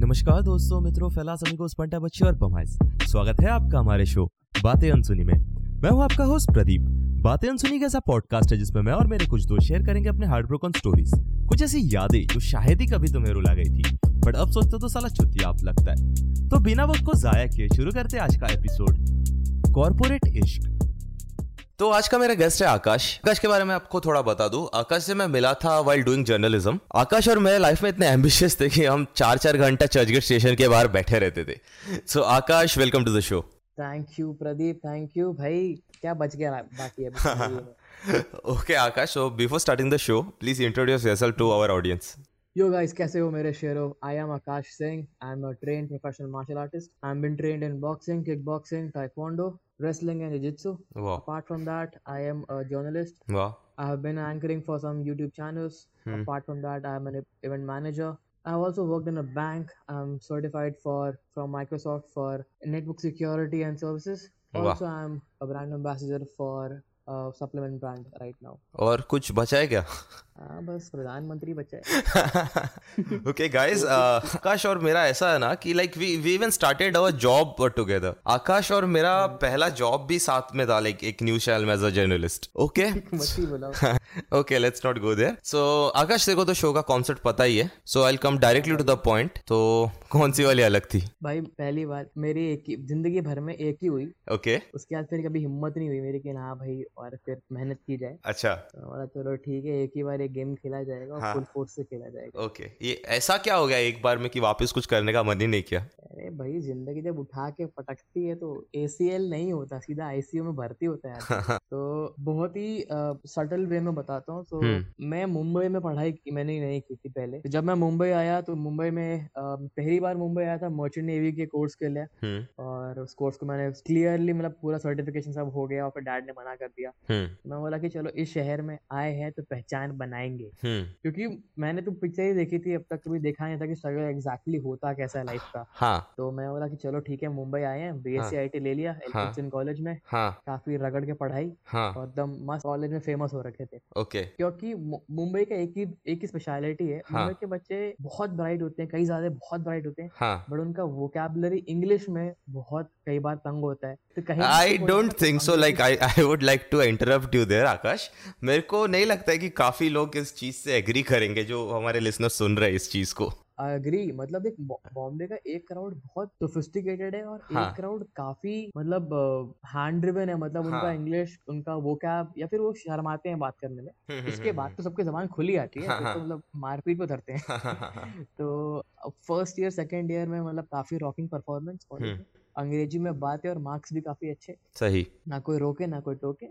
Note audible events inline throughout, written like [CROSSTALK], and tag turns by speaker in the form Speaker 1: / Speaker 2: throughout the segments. Speaker 1: नमस्कार दोस्तों मित्रों फैलास अमीगोस पंटा बच्ची और बमाइस स्वागत है आपका हमारे शो बातें अनसुनी में मैं हूं आपका होस्ट प्रदीप बातें अनसुनी का ऐसा पॉडकास्ट है जिसमें मैं और मेरे कुछ दोस्त शेयर करेंगे अपने हार्ड ब्रोकन स्टोरीज कुछ ऐसी यादें जो शायद ही कभी तुम्हें रुला गई थी बट अब सोचते तो साला छुट्टिया आप लगता है तो बिना वक्त को जाया किए शुरू करते हैं आज का एपिसोड कॉर्पोरेट इश्क तो आज का मेरा गेस्ट है आकाश आकाश के बारे में आपको थोड़ा बता दूं आकाश से मैं मिला था वाइल डूइंग जर्नलिज्म आकाश और मैं लाइफ में इतने एम्बिशियस थे कि हम चार चार घंटा चर्चगेट स्टेशन के बाहर बैठे रहते थे so Akash welcome to the show
Speaker 2: thank you Pradeep thank you भाई क्या बच गया रा- बाकी
Speaker 1: [LAUGHS]
Speaker 2: अभी जिंदगी में?
Speaker 1: Okay Akash so before starting the show please introduce yourself to our audience
Speaker 2: Yo guys, कैसे हो मेरे शेरो? I am Akash Singh. I'm a trained professional martial artist. I've been trained in boxing, kickboxing, taekwondo, wrestling and jiu-jitsu.
Speaker 1: वाह
Speaker 2: Apart from that, I am a journalist.
Speaker 1: वाह
Speaker 2: I have been anchoring for some YouTube channels.
Speaker 1: Hmm.
Speaker 2: Apart from that, I'm an e- event manager. I've also worked in a bank. I'm certified for from Microsoft for network security and services.
Speaker 1: Wow.
Speaker 2: Also, I'm a brand ambassador for a supplement brand right now.
Speaker 1: और कुछ बचा है क्या
Speaker 2: हाँ बस प्रधानमंत्री बच्चा है
Speaker 1: [LAUGHS]
Speaker 2: [LAUGHS]
Speaker 1: ओके गाइस आकाश uh, और मेरा ऐसा है ना कि like we we even started our job together Akash और मेरा पहला जॉब भी साथ में था लाइक एक न्यूज चैनल में एज अ जर्नलिस्ट ओके
Speaker 2: मस्ती बोला
Speaker 1: okay let's not go there so Akash तेरे को तो शो का कॉन्सेप्ट पता ही है so I come directly to the point तो कौन सी वाली अलग थी
Speaker 2: भाई पहली बार मेरी एक ही जिंदगी भर में एक ही हुई
Speaker 1: ओके
Speaker 2: उसके बाद फिर कभी हिम्मत नहीं हुई मेरी कि ना भाई और फिर मेहनत की जाए
Speaker 1: अच्छा
Speaker 2: तो बोला चलो ठीक है एक ही बार एक गेम खेला जाएगा और
Speaker 1: हाँ।
Speaker 2: फुल फोर्स से खेला जाएगा
Speaker 1: ओके ये ऐसा क्या हो गया एक बार में कि वापस कुछ करने का मन ही नहीं किया [LAUGHS]
Speaker 2: अरे भाई जिंदगी जब उठा के पटकती है तो एसीएल नहीं होता सीधा आईसीयू में भर्ती होता
Speaker 1: हाँ।
Speaker 2: है आदमी। तो बहुत ही सटल वे में बताता हूँ तो
Speaker 1: हम्म।
Speaker 2: मैं मुंबई में पढ़ाई की मैंने नहीं की थी पहले तो जब मैं मुंबई आया तो मुंबई में अ, पहली बार मुंबई आया था मर्चेंट नेवी के कोर्स के लिए
Speaker 1: हम्म
Speaker 2: और उस कोर्स को मैंने क्लियरली मतलब पूरा सर्टिफिकेशन सब हो गया और फिर डैड ने मना कर दिया
Speaker 1: हम्म
Speaker 2: मैं बोला कि चलो इस शहर में आए हैं तो पहचान बनाएंगे
Speaker 1: हम्म
Speaker 2: क्योंकि मैंने तो पिक्चर ही देखी थी अब तक कभी देखा नहीं था कि स्ट्रगल एग्जैक्टली होता कैसा है लाइफ का
Speaker 1: हाँ
Speaker 2: तो मैं बोला कि चलो ठीक है मुंबई आए हैं बीएससी आईटी ले लिया एलकिंसन कॉलेज में
Speaker 1: हाँ
Speaker 2: काफी रगड़ के पढ़ाई
Speaker 1: हाँ
Speaker 2: और एकदम मस्त कॉलेज में फेमस हो रखे थे
Speaker 1: ओके
Speaker 2: क्योंकि मु- मुंबई का एक ही एक ही स्पेशलिटी है
Speaker 1: हाँ।
Speaker 2: मुंबई के बच्चे बहुत ब्राइट होते हैं कई ज्यादा बहुत ब्राइट होते हैं
Speaker 1: हाँ
Speaker 2: बट उनका वोकैबुलरी इंग्लिश में बहुत कई बार तंग होता है तो कहीं ना
Speaker 1: आई
Speaker 2: कहीं कोई ना
Speaker 1: डोंट
Speaker 2: कोई
Speaker 1: थिंक सो लाइक
Speaker 2: अंग्रेजी-
Speaker 1: I I would like to interrupt you there Akash मेरे को नहीं लगता है कि काफी लोग इस चीज से एग्री करेंगे जो हमारे लिसनर सुन रहे हैं इस चीज को
Speaker 2: अग्री मतलब देख बॉ- बॉम्बे का एक क्राउड बहुत सोफिस्टिकेटेड है और
Speaker 1: हाँ।
Speaker 2: एक क्राउड काफी मतलब हैंड ड्रिवन है मतलब उनका
Speaker 1: हाँ।
Speaker 2: इंग्लिश उनका वोकैब या फिर वो शर्माते हैं बात करने में उसके बाद
Speaker 1: [LAUGHS]
Speaker 2: तो सबके जबान खुली आती है
Speaker 1: हम्म, हाँ,
Speaker 2: फिर
Speaker 1: हाँ।
Speaker 2: तो मतलब मारपीट पे धरते हैं
Speaker 1: हम्म,
Speaker 2: तो फर्स्ट ईयर सेकेंड ईयर में मतलब काफी रॉकिंग परफॉर्मेंस कॉलेज
Speaker 1: हम्म।
Speaker 2: में अंग्रेजी में बात है और मार्क्स भी काफी अच्छे
Speaker 1: सही
Speaker 2: ना कोई रोके ना कोई टोके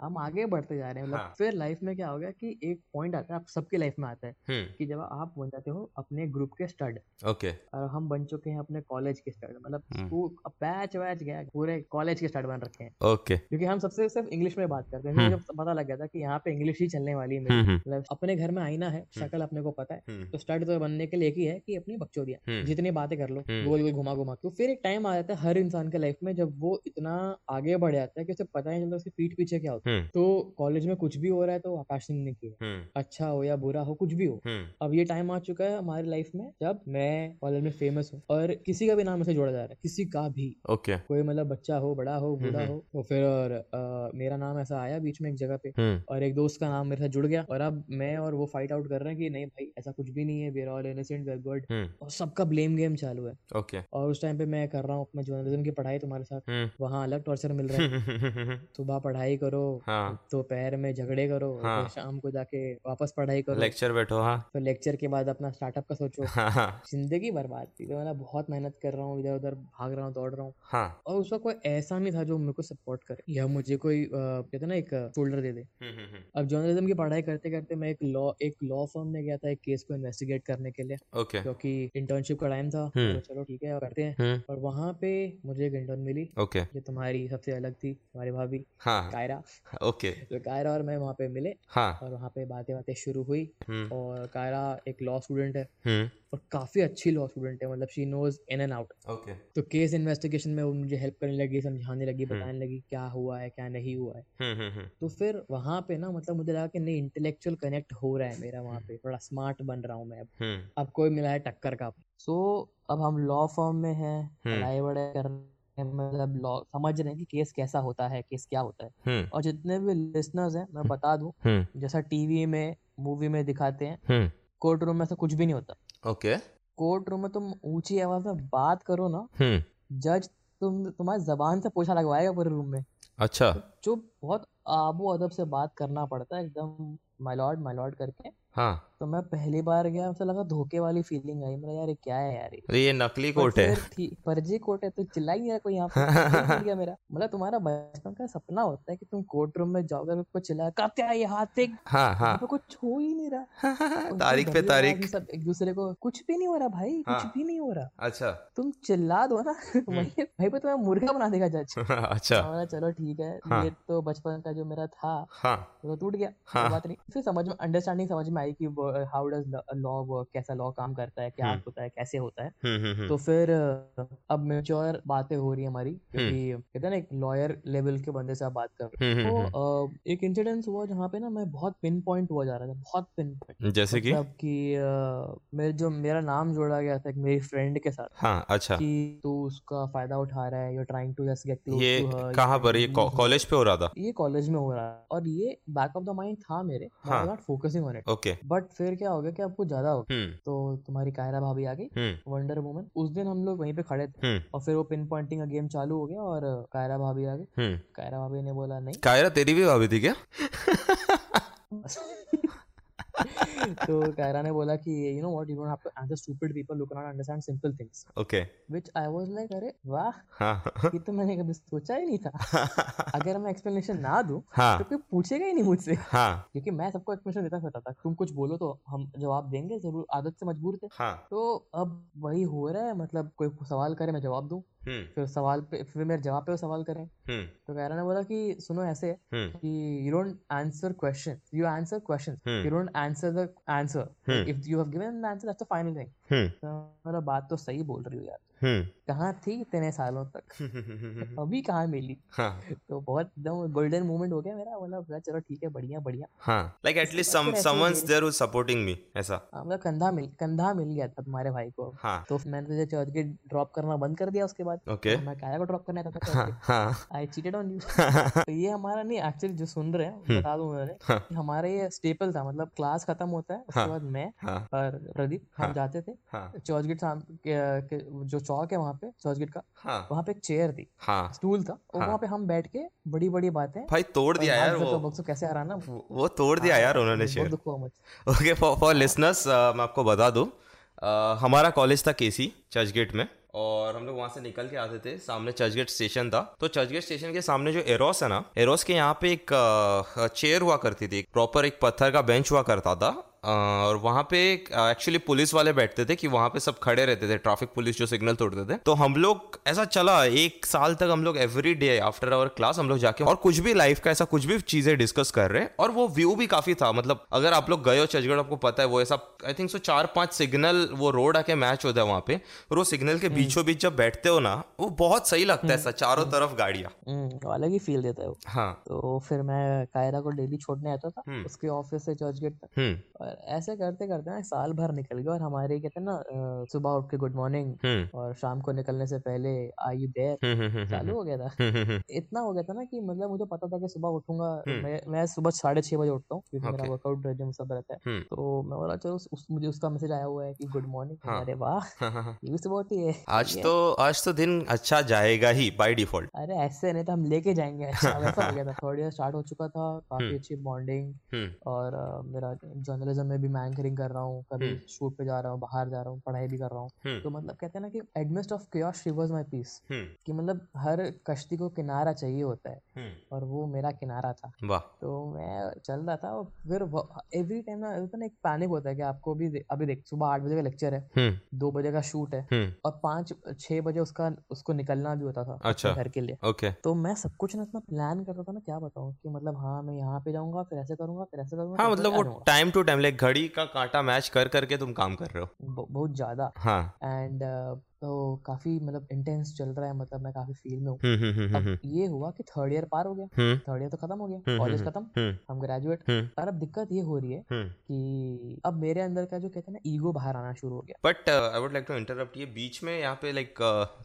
Speaker 2: हम आगे बढ़ते जा रहे हैं मतलब
Speaker 1: हाँ।
Speaker 2: फिर लाइफ में क्या हो गया कि एक पॉइंट आता है आप सबके लाइफ में आता है
Speaker 1: हम्म,
Speaker 2: कि जब आप बन जाते हो अपने ग्रुप के स्टड
Speaker 1: ओके
Speaker 2: और हम बन चुके हैं अपने कॉलेज के स्टड मतलब
Speaker 1: हम्म।
Speaker 2: स्कूल बैच वैच गया पूरे कॉलेज के स्टड बन रखे हैं
Speaker 1: ओके
Speaker 2: क्योंकि हम सबसे सिर्फ इंग्लिश में बात करते हैं मुझे
Speaker 1: हम्म।
Speaker 2: जब पता लग गया था कि यहाँ पे इंग्लिश ही चलने वाली है मेरी
Speaker 1: हम्म,
Speaker 2: मतलब अपने घर में आईना है शक्ल अपने को पता है
Speaker 1: हम्म,
Speaker 2: तो स्टड तो बनने के लिए एक ही है कि अपनी बकचोदियाँ
Speaker 1: हम्म।
Speaker 2: जितनी बातें कर लो
Speaker 1: हम्म।
Speaker 2: गोल गोल घुमा घुमा के तो फिर एक टाइम आ जाता है हर इंसान के लाइफ में जब वो इतना आगे बढ़ जाता है कि उसे पता ही नहीं चलता उसके पीठ पीछे क्या होता है
Speaker 1: हम्म,
Speaker 2: तो कॉलेज में कुछ भी हो रहा है तो आकाश सिंह ने किया
Speaker 1: हम्म,
Speaker 2: अच्छा हो या बुरा हो कुछ भी हो
Speaker 1: हम्म,
Speaker 2: अब ये टाइम आ चुका है हमारी लाइफ में जब मैं कॉलेज में फेमस हूँ और किसी का भी नाम ऐसे जोड़ा जा रहा है किसी का भी
Speaker 1: ओके
Speaker 2: कोई मतलब बच्चा हो बड़ा हो बूढ़ा
Speaker 1: हम्म।
Speaker 2: हो तो फिर और अ, मेरा नाम ऐसा आया बीच में एक जगह पे
Speaker 1: हम्म,
Speaker 2: और एक दोस्त का नाम मेरे साथ जुड़ गया और अब मैं और वो फाइट आउट कर रहे हैं कि नहीं भाई ऐसा कुछ भी नहीं है we are all innocent we are good
Speaker 1: हम्म,
Speaker 2: और सबका ब्लेम गेम चालू है
Speaker 1: ओके
Speaker 2: और उस टाइम पे मैं कर रहा हूँ अपना जर्नलिज्म की पढ़ाई तुम्हारे
Speaker 1: हम्म,
Speaker 2: साथ
Speaker 1: [LAUGHS]
Speaker 2: वहाँ अलग टॉर्चर मिल रहा है
Speaker 1: हम्म,
Speaker 2: सुबह पढ़ाई करो
Speaker 1: हाँ
Speaker 2: दोपहर में झगड़े करो फिर
Speaker 1: हाँ।
Speaker 2: शाम को जाके वापस पढ़ाई करो
Speaker 1: लेक्चर बैठो हाँ
Speaker 2: फिर लेक्चर के बाद अपना स्टार्टअप का सोचो
Speaker 1: हाँ हाँ,
Speaker 2: जिंदगी बर्बाद थी तो मैं बहुत मेहनत कर रहा हूँ इधर उधर भाग रहा हूँ दौड़ रहा हूँ
Speaker 1: हाँ
Speaker 2: और उसका कोई ऐसा नहीं था जो मेरे को सपोर्ट करे या मुझे कोई अ, कहते हैं ना एक शोल्डर दे दे
Speaker 1: हम्म, हम्म, हम्म,
Speaker 2: अब जर्नलिज्म की पढ़ाई करते करते मैं एक लॉ एक लॉ फर्म में गया था एक केस को इन्वेस्टिगेट करने के लिए
Speaker 1: ओके
Speaker 2: क्योंकि इंटर्नशिप का टाइम था
Speaker 1: हम्म।
Speaker 2: तो चलो ठीक है और करते हैं
Speaker 1: हम्म,
Speaker 2: और वहाँ पे मुझे एक इंटर्न मिली
Speaker 1: ओके
Speaker 2: जो तुम्हारी सबसे अलग थी तुम्हारी भाभी
Speaker 1: हाँ
Speaker 2: कायरा
Speaker 1: ओके
Speaker 2: तो कायरा और मैं वहाँ पे मिले
Speaker 1: हाँ
Speaker 2: और वहाँ पे बातें बातें शुरू हुई
Speaker 1: हम्म,
Speaker 2: और कायरा एक लॉ स्टूडेंट है
Speaker 1: हम्म,
Speaker 2: और काफ़ी अच्छी लॉ स्टूडेंट है मतलब she knows in and out
Speaker 1: okay
Speaker 2: तो केस इन्वेस्टिगेशन में वो मुझे हेल्प करने लगी समझाने लगी
Speaker 1: हम्म।
Speaker 2: बताने लगी क्या हुआ है क्या नहीं हुआ है
Speaker 1: हम्म हम्म हम्म
Speaker 2: तो फिर वहाँ पे ना मतलब मुझे लगा कि नहीं इंटेलेक्चुअल कनेक्ट हो रहा है मेरा वहाँ
Speaker 1: हम्म।
Speaker 2: पे थोड़ा स्मार्ट बन रहा हूँ मैं अब
Speaker 1: हम्म
Speaker 2: अब कोई मिला है टक्कर का सो अब हम लॉ फर्म में हैं
Speaker 1: हम्म।
Speaker 2: पढ़ाई वढ़ाई कर रहे हैं, मतलब लॉ समझ रहे हैं कि केस कैसा होता है केस क्या होता है
Speaker 1: हम्म
Speaker 2: और जितने भी लिसनर्स हैं मैं बता दूं
Speaker 1: हम्म
Speaker 2: जैसा टीवी में मूवी में दिखाते हैं
Speaker 1: हम्म
Speaker 2: कोर्ट रूम में ऐसा कुछ भी नहीं होता
Speaker 1: ओके
Speaker 2: कोर्ट रूम में तुम ऊंची आवाज में बात करो ना
Speaker 1: हम्म
Speaker 2: जज तुम तुम्हारी जबान से पोछा लगवाएगा पूरे रूम में
Speaker 1: अच्छा
Speaker 2: जो बहुत आबो अदब से बात करना पड़ता है एकदम माय लॉर्ड माय लॉर्ड करके
Speaker 1: हाँ
Speaker 2: तो मैं पहली बार गया मुझे लगा धोखे वाली फीलिंग आई मेरा यार ये क्या है यार ये?
Speaker 1: अरे ये नकली
Speaker 2: पर
Speaker 1: कोट
Speaker 2: [LAUGHS]
Speaker 1: है
Speaker 2: फिर ठीक फर्जी कोर्ट है तो चिल्ला ही नहीं रहा कोई यहाँ
Speaker 1: [LAUGHS]
Speaker 2: पे फिर मिल गया मेरा मतलब तुम्हारा बचपन का सपना होता है कि तुम कोर्ट रूम में जाओगे और कुछ चिल्ला कहते ये हाथ देख
Speaker 1: हाँ [LAUGHS]
Speaker 2: यहाँ पे
Speaker 1: हाँ
Speaker 2: कुछ हो ही नहीं रहा और एकदम
Speaker 1: तारीख पे
Speaker 2: दबी आवाज में
Speaker 1: तारीख
Speaker 2: सब एक दूसरे को कुछ भी नहीं हो रहा भाई कुछ
Speaker 1: हाँ।
Speaker 2: भी नहीं हो रहा
Speaker 1: [LAUGHS] अच्छा
Speaker 2: तुम चिल्ला दो ना [LAUGHS] वही भाई पे तुम्हें मुर्गा बना देगा
Speaker 1: [LAUGHS]
Speaker 2: जज
Speaker 1: हम्म। अच्छा
Speaker 2: हमारा चलो ठीक है
Speaker 1: हाँ।
Speaker 2: ये तो बचपन का जो मेरा था
Speaker 1: हाँ
Speaker 2: वो तो टूट गया कोई
Speaker 1: हाँ।
Speaker 2: बात नहीं फिर समझ में अंडरस्टैंडिंग समझ में आई कि हाउ डज लॉ वर्क कैसा लॉ काम करता है क्या
Speaker 1: हम्म।
Speaker 2: होता है कैसे होता है
Speaker 1: हम्म हम्म
Speaker 2: तो
Speaker 1: हम्म
Speaker 2: फिर अ, अब मेच्योर बातें हो रही है हमारी क्योंकि कहते हैं ना एक लॉयर लेवल के बंदे से आप बात कर रहे
Speaker 1: हम्म
Speaker 2: हो
Speaker 1: हम्म हम्म।
Speaker 2: तो अ, एक इंसिडेंस हुआ जहाँ पे ना मैं बहुत पिन पॉइंट हुआ जा रहा था बहुत पिन पॉइंट
Speaker 1: जैसे कि
Speaker 2: मतलब कि अ, मेरे जो मेरा नाम जोड़ा गया था एक मेरी फ्रेंड के साथ
Speaker 1: हाँ अच्छा
Speaker 2: कि तू उसका फायदा उठा रहा है you trying to just get close
Speaker 1: ये
Speaker 2: टू हर यू
Speaker 1: कहाँ
Speaker 2: ट्राइंग
Speaker 1: पर
Speaker 2: टू
Speaker 1: ये
Speaker 2: यूज हर
Speaker 1: कॉलेज पे हो रहा था
Speaker 2: ये कॉलेज में हो रहा है और ये बैक ऑफ द माइंड था मेरे आई
Speaker 1: हाँ।
Speaker 2: Was not focusing on it
Speaker 1: okay
Speaker 2: but फिर क्या हो गया कि आपको ज्यादा हो गया
Speaker 1: हम्म
Speaker 2: तो तुम्हारी कायरा भाभी आ गई
Speaker 1: हम्म
Speaker 2: वंडर वुमन उस दिन हम लोग वहीं पे खड़े थे
Speaker 1: हम्म
Speaker 2: और फिर वो पिन पॉइंटिंग का गेम चालू हो गया और अ, कायरा भाभी आ गई
Speaker 1: हम्म
Speaker 2: कायरा भाभी ने बोला नहीं
Speaker 1: कायरा तेरी भी भाभी थी क्या
Speaker 2: [LAUGHS] तो कायरा ने बोला कि you know what you don't have to answer stupid people look not understand simple things
Speaker 1: okay
Speaker 2: which I was like अरे वाह
Speaker 1: हाँ
Speaker 2: ये तो मैंने कभी सोचा ही नहीं था अगर मैं एक्सप्लेनेशन ना दूं तो
Speaker 1: हाँ
Speaker 2: कोई पूछेगा ही नहीं मुझसे
Speaker 1: हाँ
Speaker 2: क्योंकि मैं सबको एक्सप्लेनेशन देता रहता था तुम कुछ बोलो तो हम जवाब देंगे जरूर आदत से मजबूर थे
Speaker 1: हाँ
Speaker 2: तो अब वही हो रहा है मतलब कोई सवाल करे मैं जवाब दूं
Speaker 1: हम्म
Speaker 2: फिर सवाल पे फिर मेरे जवाब पे वो सवाल करें
Speaker 1: हम्म
Speaker 2: तो कहरा ने बोला कि सुनो ऐसे है
Speaker 1: हम्म
Speaker 2: कि you don't answer question you answer question
Speaker 1: hmm.
Speaker 2: You don't answer the answer
Speaker 1: hmm.
Speaker 2: If you have given the answer that's the final thing
Speaker 1: हम्म
Speaker 2: तो मेरा बात तो सही बोल रही हो यार
Speaker 1: हम्म
Speaker 2: कहाँ थी इतने सालों तक
Speaker 1: hmm.
Speaker 2: [LAUGHS] अभी कहाँ मिली
Speaker 1: हाँ
Speaker 2: तो बहुत एकदम गोल्डन मोमेंट हो गया मेरा मतलब बोला, चलो ठीक है बढ़िया बढ़िया
Speaker 1: हाँ लाइक
Speaker 2: उसके
Speaker 1: एटलीस्ट सम
Speaker 2: बाद फिर ऐसे ही
Speaker 1: समवनस
Speaker 2: मेरे
Speaker 1: देयर हु सपोर्टिंग मी ऐसा
Speaker 2: हाँ, मतलब कंधा मिल कंधा मिल गया था तुम्हारे भाई को
Speaker 1: हाँ
Speaker 2: तो मैंने तुझे चर्च गेट ड्रॉप करना बंद कर दिया उसके बाद
Speaker 1: ओके
Speaker 2: तो मैं काया को ड्रॉप करना था
Speaker 1: हाँ
Speaker 2: चर्च
Speaker 1: हाँ
Speaker 2: आई चीटेड ऑन यू
Speaker 1: [LAUGHS]
Speaker 2: तो ये हमारा नहीं एक्चुअली जो सुन रहे हैं बता दूं उन्होंने
Speaker 1: हाँ।
Speaker 2: कि हमारा ये स्टेपल था मतलब क्लास खत्म होता है
Speaker 1: हाँ।
Speaker 2: उसके बाद मैं
Speaker 1: हाँ
Speaker 2: और प्रदीप
Speaker 1: हाँ।
Speaker 2: हम जाते थे
Speaker 1: हाँ
Speaker 2: चर्च गेट साम के, के, जो चौक है वहाँ पे चर्च गेट का
Speaker 1: हाँ
Speaker 2: वहाँ पे एक चेयर थी
Speaker 1: हाँ
Speaker 2: स्टूल था और
Speaker 1: हाँ।
Speaker 2: वहाँ पे हम बैठ के बड़ी बड़ी बातें
Speaker 1: भाई तोड़
Speaker 2: और
Speaker 1: दिया यार
Speaker 2: मार्क
Speaker 1: वो
Speaker 2: जुकरबर्ग को कैसे हराना
Speaker 1: वो वो तोड़ दिया
Speaker 2: हाँ
Speaker 1: यार
Speaker 2: यार
Speaker 1: उन्होंने
Speaker 2: बहुत
Speaker 1: शेयर
Speaker 2: दुख हुआ मुझे
Speaker 1: ओके फॉर फॉर
Speaker 2: हाँ
Speaker 1: लिसनर्स uh, मैं आपको बता दूं अ, हमारा कॉलेज था केसी चर्च गेट में और हम लोग वहाँ से निकल के आते थे सामने चर्च गेट स्टेशन था तो चर्च गेट स्टेशन के सामने जो एरोस है ना एरोस के यहाँ पे एक चेयर हुआ करती थी प्रॉपर एक पत्थर का बेंच हुआ करता था अ, और वहाँ पे एक्चुअली पुलिस वाले बैठते थे कि वहाँ पे सब खड़े रहते थे ट्रैफिक पुलिस जो सिग्नल तोड़ते थे तो हम लोग ऐसा चला एक साल तक हम लोग every day after our class हम लोग जाके और कुछ भी लाइफ का ऐसा कुछ भी चीजें डिस्कस कर रहे हैं और वो व्यू भी काफी था मतलब अगर आप लोग गए हो चर्चगढ़ आपको पता है वो ऐसा आई थिंक सो चार पांच सिग्नल वो रोड आके मैच होता है वहाँ पे और वो सिग्नल
Speaker 2: हम्म।
Speaker 1: के बीचों बीच जब बैठते हो ना वो बहुत सही लगता है ऐसा चारों तरफ गाड़ियाँ
Speaker 2: हम्म वो अलग ही फील देता है वो
Speaker 1: हाँ
Speaker 2: तो फिर मैं कायरा को डेली छोड़ने आता था
Speaker 1: हम्म
Speaker 2: उसके ऑफिस से चर्च गेट तक
Speaker 1: हम्म
Speaker 2: और ऐसे करते करते ना साल भर निकल गया और हमारे कहते हैं ना अ, सुबह उठ के गुड मॉर्निंग
Speaker 1: हम्म
Speaker 2: और शाम को निकलने से पहले आई यू देयर
Speaker 1: हम्म हम्म हम्म
Speaker 2: चालू हो गया था
Speaker 1: हम्म हम्म हम्म
Speaker 2: इतना हो गया था ना कि मतलब मुझे पता था कि सुबह उठूंगा
Speaker 1: हम्म,
Speaker 2: मैं मैं सुबह साढ़े छः बजे उठता हूँ क्योंकि मेरा
Speaker 1: Okay.
Speaker 2: वर्कआउट जिम सब रहता है
Speaker 1: हम्म,
Speaker 2: तो मैं बोला चलो उस, उस- मुझे उसका मैसेज आया हुआ है कि गुड मॉर्निंग
Speaker 1: हाँ
Speaker 2: अरे वाह
Speaker 1: हाँ हाँ हाँ।
Speaker 2: ये भी सुबह उठी है सही
Speaker 1: आज
Speaker 2: है
Speaker 1: तो आज तो दिन अच्छा जाएगा ही बाय डिफॉल्ट
Speaker 2: अरे ऐसे नहीं तो हम लेके जाएंगे अच्छा वैसा हो गया
Speaker 1: [LAUGHS]
Speaker 2: था थर्ड ईयर स्टार्ट हो चुका था काफ़ी
Speaker 1: हम्म
Speaker 2: अच्छी बॉन्डिंग
Speaker 1: हम्म
Speaker 2: और अ, मेरा जर्नलिज्म में भी मैं एंकरिंग कर रहा हूँ कभी
Speaker 1: हम्म
Speaker 2: शूट पे जा रहा हूँ बाहर जा रहा हूँ पढ़ाई भी कर रहा हूँ
Speaker 1: हम्म
Speaker 2: तो मतलब कहते हैं ना कि amidst of chaos she was my peace
Speaker 1: हम्म
Speaker 2: कि मतलब हर कश्ती को किनारा चाहिए होता है
Speaker 1: हम्म
Speaker 2: और वो मेरा किनारा था
Speaker 1: वाह
Speaker 2: तो मैं चल रहा था और फिर एवरी टाइम ना होता है ना एक पैनिक होता है कि आपको भी दे- अभी देख सुबह आठ बजे का लेक्चर है
Speaker 1: हम्म
Speaker 2: दो बजे का शूट है
Speaker 1: हम्म
Speaker 2: और पाँच छः बजे उसका उसको निकलना भी होता था
Speaker 1: अच्छा
Speaker 2: अपने घर के लिए
Speaker 1: ओके
Speaker 2: तो मैं सब कुछ ना इतना प्लान करता था ना क्या बताऊँ कि मतलब हाँ मैं यहाँ पे जाऊँगा फिर ऐसे करूँगा फिर ऐसे करूँगा
Speaker 1: हाँ
Speaker 2: फिर ऐसे
Speaker 1: मतलब
Speaker 2: आ
Speaker 1: वो
Speaker 2: जाऊँगा
Speaker 1: टाइम टू टाइम अपने घड़ी का कांटा मैच कर करके तुम काम कर रहे हो
Speaker 2: ब- बहुत ज़्यादा
Speaker 1: हाँ
Speaker 2: एंड तो काफ़ी मतलब इंटेंस चल रहा है मतलब मैं काफ़ी फील में हूँ
Speaker 1: हम्म हम्म हम्म,
Speaker 2: अब
Speaker 1: हम्म
Speaker 2: ये हुआ कि थर्ड ईयर पार हो गया
Speaker 1: हम्म
Speaker 2: थर्ड ईयर तो खत्म हो गया
Speaker 1: हम्म,
Speaker 2: कॉलेज
Speaker 1: हम्म,
Speaker 2: खत्म
Speaker 1: हम्म,
Speaker 2: हम ग्रेजुएट
Speaker 1: हम्म।
Speaker 2: पर अब दिक्कत ये हो रही है
Speaker 1: हम्म
Speaker 2: कि अब मेरे अंदर का जो कहते हैं ना ईगो बाहर आना शुरू हो गया
Speaker 1: but I would like to interrupt ये बीच में यहाँ पे लाइक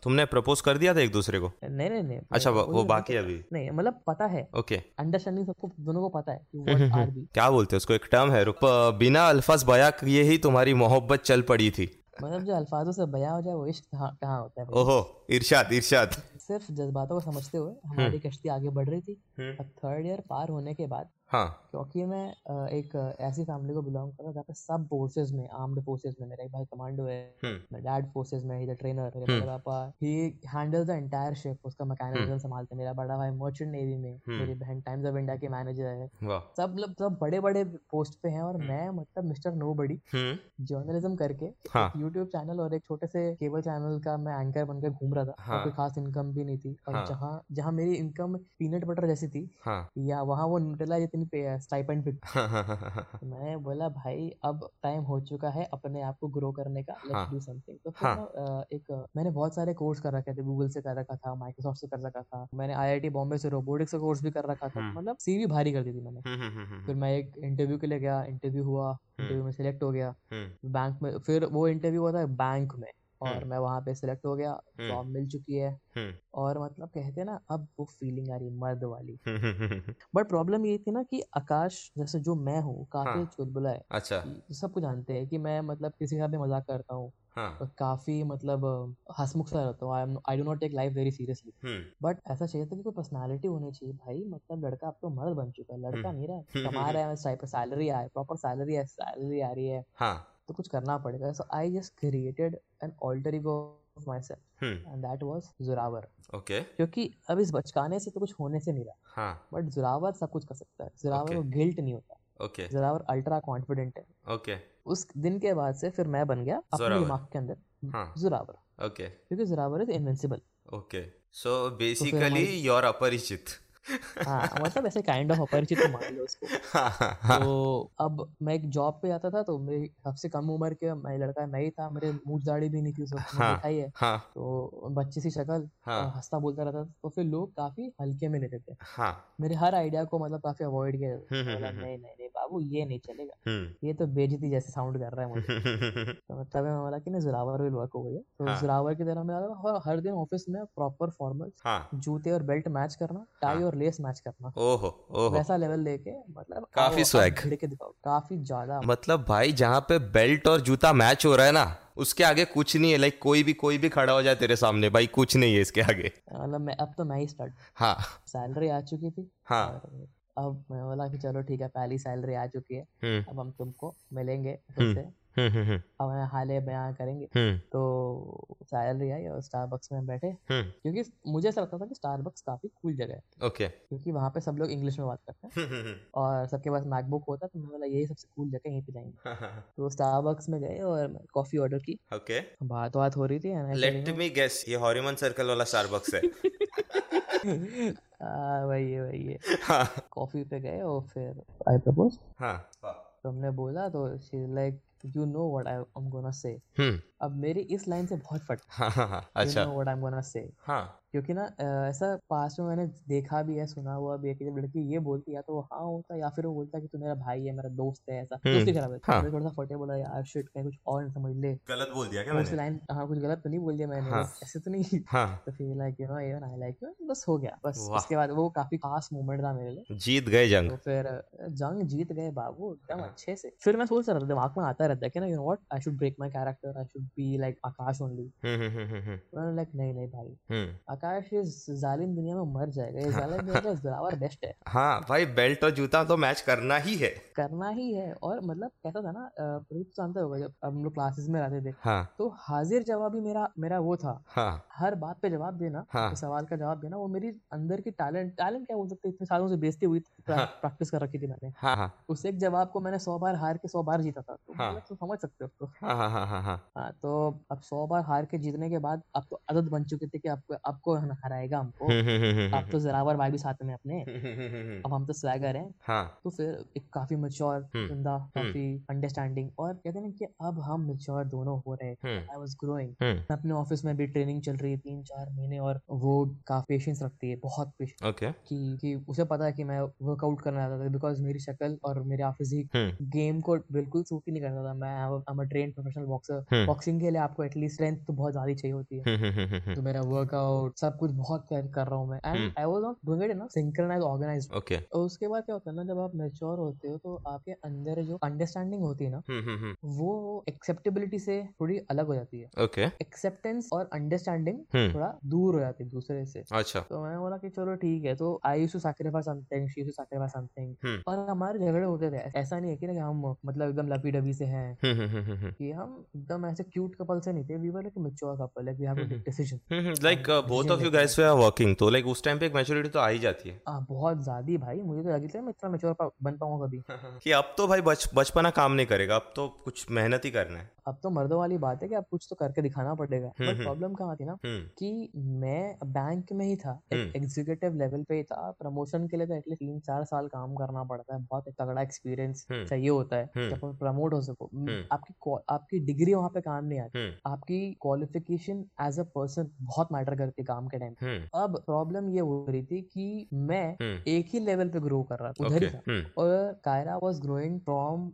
Speaker 1: तुमने प्रपोज कर दिया था एक दूसरे को
Speaker 2: नहीं नहीं नहीं
Speaker 1: अच्छा
Speaker 2: मैं
Speaker 1: वो
Speaker 2: propose
Speaker 1: वो
Speaker 2: नहीं
Speaker 1: बाकी है
Speaker 2: करता।
Speaker 1: अभी
Speaker 2: नहीं मतलब पता है
Speaker 1: ओके
Speaker 2: अंडरस्टैंडिंग सबको दोनों को पता है कि
Speaker 1: हम्म,
Speaker 2: व्हाट
Speaker 1: हम्म,
Speaker 2: आर वी
Speaker 1: क्या बोलते हैं उसको एक टर्म है रुक अ, बिना अल्फाज बया किए ही तुम्हारी मोहब्बत चल पड़ी थी
Speaker 2: मतलब जो अल्फाजों से बयां हो जाए वो इश्क कहाँ कहाँ होता है भाई।
Speaker 1: ओहो इरशाद इरशाद
Speaker 2: सिर्फ जज्बातों को समझते हुए हमारी कश्ती आगे बढ़ रही थी
Speaker 1: हम्म।
Speaker 2: अब थर्ड ईयर पार होने के बाद
Speaker 1: हाँ
Speaker 2: क्योंकि मैं अ, एक अ, ऐसी फैमिली को बिलोंग कर रहा हूँ जहाँ पे सब फोर्सेज में आर्म्ड फोर्सेज में मेरा एक भाई कमांडो है
Speaker 1: हम्म।
Speaker 2: मेरा डैड फोर्सेज में ही ट्रेनर मेरे बड़े पापा ही हैंडल द एंटायर शिप उसका
Speaker 1: हम्म।
Speaker 2: मैकेनिज्म संभालते हैं मेरा बड़ा भाई मर्चेंट नेवी में मेरी बहन टाइम्स ऑफ इंडिया के मैनेजर है
Speaker 1: वाह
Speaker 2: सब मतलब सब बड़े बड़े पोस्ट पे हैं और मैं मतलब मिस्टर नो बड़ी
Speaker 1: हम्म
Speaker 2: जर्नलिज्म करके
Speaker 1: हाँ
Speaker 2: यूट्यूब चैनल और एक छोटे से केबल चैनल का मैं एंकर बनकर घूम रहा था
Speaker 1: हाँ।
Speaker 2: और कोई खास इनकम भी नहीं थी और
Speaker 1: हाँ।
Speaker 2: जहाँ जहाँ मेरी इनकम पीनट बटर जैसी थी
Speaker 1: हाँ
Speaker 2: या वहाँ वो न्यूटेला जितनी स्टाइपेंड पे थी।
Speaker 1: हाँ हाँ हाँ हाँ हाँ।
Speaker 2: मैं बोला भाई अब टाइम हो चुका है अपने आप को ग्रो करने का
Speaker 1: हाँ।
Speaker 2: लेट्स डू समथिंग तो फिर
Speaker 1: हाँ।
Speaker 2: ना, अ, एक अ, मैंने बहुत सारे कोर्स कर रखे थे गूगल से कर रखा था माइक्रोसॉफ्ट से कर रखा था मैंने आईआईटी बॉम्बे से रोबोटिक्स का कोर्स भी कर रखा था
Speaker 1: हम्म।
Speaker 2: मतलब सीवी भारी कर दी थी मैंने
Speaker 1: हम्म, हम्म, हम्म,
Speaker 2: फिर
Speaker 1: हम्म,
Speaker 2: मैं एक इंटरव्यू के लिए गया इंटरव्यू हुआ इंटरव्यू में सिलेक्ट हो गया
Speaker 1: हम्म,
Speaker 2: बैंक में फिर वो इंटरव्यू हुआ था बैंक में और
Speaker 1: हम्म।
Speaker 2: मैं वहाँ पे सिलेक्ट हो गया
Speaker 1: हम्म।
Speaker 2: जॉब मिल चुकी है
Speaker 1: हम्म,
Speaker 2: और मतलब कहते हैं ना अब वो फीलिंग आ रही है मर्द वाली
Speaker 1: हम्म, हम्म, हम्म, हम्म।
Speaker 2: बट प्रॉब्लम ये थी ना कि आकाश जैसे जो मैं हूँ काफी
Speaker 1: हाँ।
Speaker 2: चुलबुला है
Speaker 1: अच्छा
Speaker 2: कि सबको जानते हैं कि मैं मतलब किसी के साथ भी मजाक करता हूँ
Speaker 1: हाँ
Speaker 2: और काफी मतलब अ, हंसमुख सा रहता हूँ I am I do not take life very seriously
Speaker 1: हम्म
Speaker 2: बट ऐसा चाहिए था कि कोई पर्सनालिटी होनी चाहिए भाई मतलब लड़का अब तो मर्द बन चुका है लड़का
Speaker 1: हम्म।
Speaker 2: नहीं रहा कमा रहा है इस टाइप सैलरी आए प्रॉपर सैलरी है सैलरी आ रही है
Speaker 1: हाँ
Speaker 2: तो कुछ करना पड़ेगा so I just created an alter ego of myself
Speaker 1: हम्म
Speaker 2: and that was Zorawar
Speaker 1: okay
Speaker 2: क्योंकि अब इस बचकाने से तो कुछ होने से नहीं रहा
Speaker 1: हाँ
Speaker 2: बट जोरावर सब कुछ कर सकता है जोरावर
Speaker 1: Okay.
Speaker 2: को गिल्ट नहीं होता
Speaker 1: ओके
Speaker 2: जोरावर अल्ट्रा कॉन्फिडेंट है
Speaker 1: ओके
Speaker 2: उस दिन के बाद से फिर मैं बन गया अपने
Speaker 1: जोरावर।
Speaker 2: दिमाग के अंदर
Speaker 1: हाँ।
Speaker 2: जोरावर
Speaker 1: ओके
Speaker 2: क्योंकि Zorawar is invincible
Speaker 1: okay so basically
Speaker 2: हमारी-
Speaker 1: योर अपरिचित [LAUGHS]
Speaker 2: हाँ मतलब ऐसे काइंड ऑफ अपरिचित तो मान लो उसको
Speaker 1: हाँ हाँ [LAUGHS] हाँ
Speaker 2: तो अब मैं एक जॉब पे जाता था तो मेरी सबसे कम उम्र के मैं लड़का मैं ही था मेरे मूछ दाढ़ी भी नहीं थी उस वक्त मैंने
Speaker 1: हाँ।
Speaker 2: देखा ही है
Speaker 1: हाँ
Speaker 2: तो बच्ची सी शक्ल और
Speaker 1: हाँ
Speaker 2: हंसता बोलता रहता था तो फिर लोग काफी हल्के में लेते थे
Speaker 1: हाँ
Speaker 2: मेरे हर आइडिया को मतलब काफी अवॉइड किया जाता था।
Speaker 1: हम्म,
Speaker 2: मैं बोला
Speaker 1: हम्म,
Speaker 2: नहीं नहीं नहीं बाबू ये नहीं चलेगा
Speaker 1: [LAUGHS] हम्म
Speaker 2: ये तो बेइज्जती जैसे साउंड कर रहा है मुझे तो मतलब मैं बोला कि नहीं जोरावर विल वर्क हो गई है तो
Speaker 1: हाँ।
Speaker 2: जोरावर की तरह मैं लगा हर- हर दिन ऑफिस में प्रॉपर फॉर्मल
Speaker 1: हाँ
Speaker 2: जूते और बेल्ट मैच करना टाई
Speaker 1: हाँ।
Speaker 2: और लेस मैच करना
Speaker 1: ओहो ओहो
Speaker 2: वैसा लेवल लेके मतलब
Speaker 1: काफी
Speaker 2: आओ, अब
Speaker 1: swag।
Speaker 2: भिड़ के दिखाओ काफी ज्यादा
Speaker 1: मतलब भाई जहाँ पे बेल्ट और जूता मैच हो रहा है ना उसके आगे कुछ नहीं है लाइक कोई भी कोई भी खड़ा हो जाए तेरे सामने भाई कुछ नहीं है इसके आगे
Speaker 2: मतलब मैं अब तो मैं ही स्टार्ट
Speaker 1: हाँ
Speaker 2: सैलरी आ चुकी थी
Speaker 1: हाँ
Speaker 2: और अब मैं बोला कि चलो ठीक है पहली सैलरी आ चुकी है
Speaker 1: हम्म
Speaker 2: अब हम तुमको मिलेंगे फिर से
Speaker 1: हम्म हम्म हम्म
Speaker 2: अब हम हाले बयां करेंगे
Speaker 1: हम्म
Speaker 2: तो सैलरी आई और स्टारबक्स में हम बैठे
Speaker 1: हम्म
Speaker 2: क्योंकि मुझे ऐसा लगता था कि स्टारबक्स काफ़ी कूल जगह
Speaker 1: [LAUGHS]
Speaker 2: है
Speaker 1: ओके
Speaker 2: क्योंकि वहाँ पे सब लोग इंग्लिश में बात करते हैं
Speaker 1: हम्म, हम्म, हम्म।
Speaker 2: और सबके पास मैकबुक होता है तो मैं बोला यही सबसे कूल जगह है, यहीं पे जाएंगे
Speaker 1: हाँ, हाँ, हाँ।
Speaker 2: तो स्टारबक्स में गए और कॉफ़ी ऑर्डर की
Speaker 1: ओके
Speaker 2: बात बात हो रही थी and I said,
Speaker 1: let
Speaker 2: you know,
Speaker 1: me guess ये हॉरीमन सर्कल वाला स्टारबक्स है
Speaker 2: [LAUGHS] हाँ वही है वही है
Speaker 1: हाँ
Speaker 2: कॉफ़ी पे गए और फिर आई प्रपोज
Speaker 1: हाँ
Speaker 2: तो हमने बोला तो she like you know what I am gonna say
Speaker 1: हम्म
Speaker 2: अब मेरी इस लाइन से बहुत फट
Speaker 1: हाँ हाँ हाँ
Speaker 2: यू
Speaker 1: अच्छा
Speaker 2: know what I am gonna say
Speaker 1: हाँ
Speaker 2: क्योंकि ना अ, ऐसा पास में मैंने देखा भी है सुना हुआ भी है कि जब लड़की ये बोलती है या तो वो हाँ होता है या फिर वो बोलता है कि तू मेरा भाई है मेरा दोस्त है ऐसा
Speaker 1: हम्म,
Speaker 2: दोस्ती खराब है
Speaker 1: हाँ।
Speaker 2: मैं थोड़ा सा फटे बोला यार शिट कहीं कुछ और समझ ले
Speaker 1: गलत बोल दिया क्या
Speaker 2: वो उस
Speaker 1: मैंने
Speaker 2: लाइन हाँ कुछ गलत तो नहीं बोल दिया मैंने
Speaker 1: हाँ।
Speaker 2: बस ऐसे तो नहीं
Speaker 1: हाँ
Speaker 2: तो फिर like you know even I like you बस हो गया बस
Speaker 1: वाह।
Speaker 2: उसके बाद वो काफी खास मोमेंट था मेरे लिए
Speaker 1: जीत गए जंग
Speaker 2: तो फिर अ, जंग जीत गए बाबू एकदम
Speaker 1: हाँ।
Speaker 2: अच्छे से फिर मैं सोच रहा था दिमाग में आता रहता है कि ना you know what I should break my character I should be like Akash only
Speaker 1: हम्म हम्म हम्म हम्म,
Speaker 2: लाइक नहीं नहीं भाई
Speaker 1: हम्म।
Speaker 2: आकाश इस जालिम दुनिया में मर जाएगा ये जालिम दुनिया का जोरावर बेस्ट है
Speaker 1: हाँ भाई बेल्ट और जूता तो मैच करना ही है
Speaker 2: करना ही है और मतलब कैसा था ना अ, प्रदीप तो जानता होगा जब हम लोग क्लासेस में रहते थे
Speaker 1: हाँ
Speaker 2: तो हाजिर जवाबी मेरा मेरा वो था
Speaker 1: हाँ
Speaker 2: हर बात पे जवाब देना
Speaker 1: हाँ।
Speaker 2: उस सवाल का जवाब देना वो मेरी अंदर की टैलेंट टैलेंट क्या बोल सकते हैं, इतने सालों से बेचती हुई
Speaker 1: हाँ।
Speaker 2: प्रैक्टिस कर रखी थी मैंने
Speaker 1: हाँ हाँ
Speaker 2: उस एक जवाब को मैंने सौ बार हार के सौ बार जीता था तो
Speaker 1: हाँ।
Speaker 2: मतलब तुम समझ सकते हो उसको
Speaker 1: हाँ हाँ हाँ हाँ हाँ
Speaker 2: हाँ तो अब सौ बार हार के जीतने के बाद अब तो आदत बन चुकी थी कि आपको आपको हन- हराएगा हमको
Speaker 1: हम्म, हम्म, हम्म, हम्म,
Speaker 2: आप तो जरावर भाई भी साथ में अपने
Speaker 1: हम्म, हम्म, हम्म, हम्म, हम्म,
Speaker 2: अब हम तो स्वैगर हैं
Speaker 1: हाँ
Speaker 2: तो फिर एक काफी मेच्योर
Speaker 1: हम्म,
Speaker 2: बंदा काफी अंडरस्टैंडिंग और कहते हैं ना कि अब हम मेच्योर दोनों हो रहे
Speaker 1: हम्म,
Speaker 2: आई वाज ग्रोइंग
Speaker 1: हम्म,
Speaker 2: अपने ऑफिस में भी ट्रेनिंग चल रही है तीन चार महीने और वो काफी पेशेंस रखती है बहुत पेशेंस
Speaker 1: ओके
Speaker 2: कि कि उसे पता है कि मैं वर्कआउट करना चाहता था बिकॉज मेरी शक्ल और मेरा फिजिक
Speaker 1: हम्म,
Speaker 2: गेम को बिल्कुल सूट ही नहीं करता था मैं I am a train professional boxer
Speaker 1: हम्म,
Speaker 2: बॉक्सिंग के लिए आपको एटलीस्ट स्ट्रेंथ तो बहुत ज्यादा ही चाहिए होती है
Speaker 1: हम्म, हम्म, हम्म, हम्म,
Speaker 2: तो मेरा वर्कआउट सब कुछ बहुत कर कर रहा हूँ मैं एंड
Speaker 1: हम्म।
Speaker 2: I was not doing it ना सिंक्रोनाइज ऑर्गेनाइज
Speaker 1: ओके हम्म,
Speaker 2: और उसके बाद क्या होता है ना जब आप मेच्योर होते हो तो आपके अंदर जो अंडरस्टैंडिंग होती है ना
Speaker 1: हम्म, हम्म, हम्म,
Speaker 2: वो एक्सेप्टेबिलिटी से थोड़ी अलग हो जाती है
Speaker 1: ओके
Speaker 2: एक्सेप्टेंस और अंडरस्टैंडिंग
Speaker 1: हम्म,
Speaker 2: थोड़ा दूर हो जाती है दूसरे से
Speaker 1: अच्छा
Speaker 2: तो मैंने बोला कि चलो ठीक है तो I use to sacrifice something she use to sacrifice
Speaker 1: हम्म।
Speaker 2: समथिंग और हमारे झगड़े होते थे ऐसा नहीं है कि ना कि हम मतलब एकदम लपी डबी से हैं
Speaker 1: हम्म, हम्म, हम्म, हम्म,
Speaker 2: कि हम एकदम ऐसे क्यूट कपल से नहीं थे we were like mature couple like we have
Speaker 1: हम्म।
Speaker 2: डिसीजन
Speaker 1: हम्म, like
Speaker 2: हम
Speaker 1: uh, both
Speaker 2: decision
Speaker 1: of you
Speaker 2: making
Speaker 1: guys were working तो like उस टाइम पे एक maturity तो आ ही जाती है
Speaker 2: हाँ बहुत ज्यादा भाई मुझे तो लगी था मैं इतना मैच्योर बन पाऊंगा कभी
Speaker 1: कि अब तो भाई बच बचपना काम नहीं करेगा अब तो कुछ मेहनत ही करना है
Speaker 2: अब तो मर्दों वाली बात है कि अब कुछ तो करके दिखाना पड़ेगा
Speaker 1: हम्म,
Speaker 2: बट प्रॉब्लम कहाँ थी ना
Speaker 1: हम्म,
Speaker 2: कि मैं बैंक में ही था
Speaker 1: हम्म।
Speaker 2: एग्जीक्यूटिव लेवल पे ही था प्रमोशन के लिए तो एटलीस्ट तीन चार साल काम करना पड़ता है बहुत तगड़ा एक्सपीरियंस
Speaker 1: हम्म।
Speaker 2: चाहिए होता है
Speaker 1: हम्म।
Speaker 2: जब आप प्रमोट हो सको म,
Speaker 1: हम्म।
Speaker 2: आपकी qua- आपकी डिग्री वहाँ पे काम नहीं आती
Speaker 1: हम्म,
Speaker 2: आपकी क्वालिफिकेशन एज अ पर्सन बहुत मैटर करती है काम के टाइम
Speaker 1: हम्म,
Speaker 2: अब प्रॉब्लम ये हो रही थी कि मैं
Speaker 1: हम्म,
Speaker 2: एक ही लेवल पे ग्रो कर रहा था उधर
Speaker 1: okay,
Speaker 2: ही था
Speaker 1: हम्म,
Speaker 2: और Kaira was growing from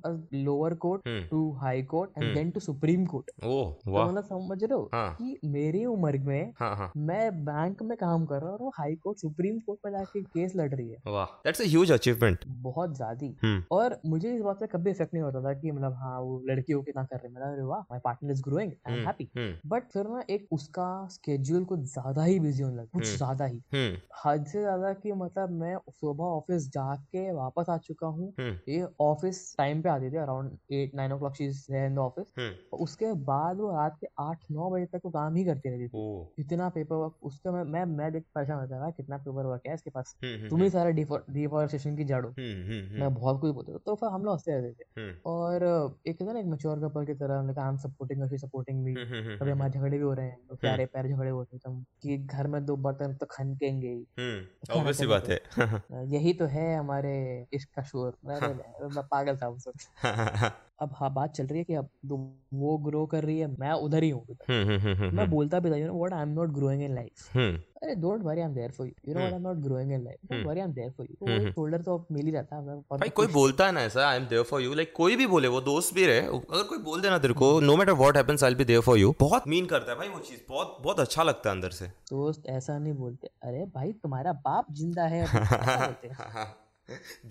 Speaker 2: lower court
Speaker 1: hmm,
Speaker 2: to high court and
Speaker 1: hmm.
Speaker 2: Then to supreme court
Speaker 1: oh,
Speaker 2: तो
Speaker 1: वाह
Speaker 2: मतलब समझ रहे हो
Speaker 1: हाँ
Speaker 2: कि मेरी उम्र में
Speaker 1: हाँ हाँ
Speaker 2: मैं बैंक में काम कर रहा हूँ और वो हाई कोर्ट सुप्रीम कोर्ट में जाके केस लड़ रही है
Speaker 1: वाह दैट्स अ ह्यूज अचीवमेंट
Speaker 2: बहुत ज्यादा
Speaker 1: हम्म
Speaker 2: और मुझे इस बात से कभी इफेक्ट नहीं होता था कि मतलब हाँ वो लड़की हो कितना कर रही है मतलब अरे वाह my partner is growing I am
Speaker 1: hmm
Speaker 2: happy
Speaker 1: hmm
Speaker 2: but फिर ना एक उसका स्केड्यूल कुछ ज्यादा ही बिजी होने लगा कुछ
Speaker 1: हम्म।
Speaker 2: ज्यादा ही
Speaker 1: हम्म,
Speaker 2: हद से ज्यादा कि मतलब मैं सुबह ऑफिस जाके वापस आ चुका हूँ
Speaker 1: हम्म,
Speaker 2: ये ऑफिस टाइम पे आती थी around eight nine o'clock she is in the office
Speaker 1: hmm,
Speaker 2: उसके बाद वो रात के आठ नौ बजे तक वो काम ही करती रहती थी
Speaker 1: ओह,
Speaker 2: इतना पेपर वर्क उसका मैं मैं मैं देख के परेशान होता था कितना पेपर वर्क है इसके पास
Speaker 1: हम्म, हम्म,
Speaker 2: तुम ही सारा डिफॉरेस्टेशन की जड़ हो
Speaker 1: हम्म, हम्म, हम्म,
Speaker 2: मैं बहुत कुछ बोलता था तो फिर हम लोग हंसते रहते थे
Speaker 1: हम्म,
Speaker 2: और अ, एक था ना एक मच्योर कपल की तरह हमने कहा I am supporting she supporting me
Speaker 1: hmm, हम्म, हम्म,
Speaker 2: कभी
Speaker 1: हम्म,
Speaker 2: हमारे झगड़े भी हो रहे हैं तो प्यारे प्यारे झगड़े होते थे हम कि घर में दो बर्तन तो खनकेंगे ही
Speaker 1: हम्म,
Speaker 2: तो खाना
Speaker 1: obvious सी
Speaker 2: चाहिए
Speaker 1: बात है [LAUGHS]
Speaker 2: अ, यही तो है हमारे इश्क का शोर
Speaker 1: हाँ।
Speaker 2: अरे ले, मैं तो पागल था उस वक्त
Speaker 1: हम्म,
Speaker 2: अब हाँ बात चल रही है कि अब तो वो ग्रो कर रही है मैं उधर ही हूँ उधर।
Speaker 1: हम्म, हम्म, हम्म,
Speaker 2: मैं
Speaker 1: हम्म,
Speaker 2: बोलता भी था you know what I am not growing in life
Speaker 1: hmm,
Speaker 2: अरे don't worry I am there for you you know what I
Speaker 1: hmm,
Speaker 2: am not growing in life don't
Speaker 1: hmm,
Speaker 2: worry I am there for you तो वो
Speaker 1: हम्म,
Speaker 2: एक shoulder तो अब मिल ही जाता है मैं बहुत
Speaker 1: भाई कोई
Speaker 2: खुश
Speaker 1: बोलता है ना ऐसा I am there for you like कोई भी बोले वो दोस्त भी रहे अगर कोई बोल देना तेरे को
Speaker 2: hmm.
Speaker 1: No matter what happens I will be there for you बहुत मीन करता है भाई वो चीज बहुत बहुत अच्छा लगता है अंदर से [LAUGHS]
Speaker 2: दोस्त ऐसा नहीं बोलते अरे भाई तुम्हारा बाप जिंदा
Speaker 1: [LAUGHS]
Speaker 2: है अभी ऐसा बोलते हैं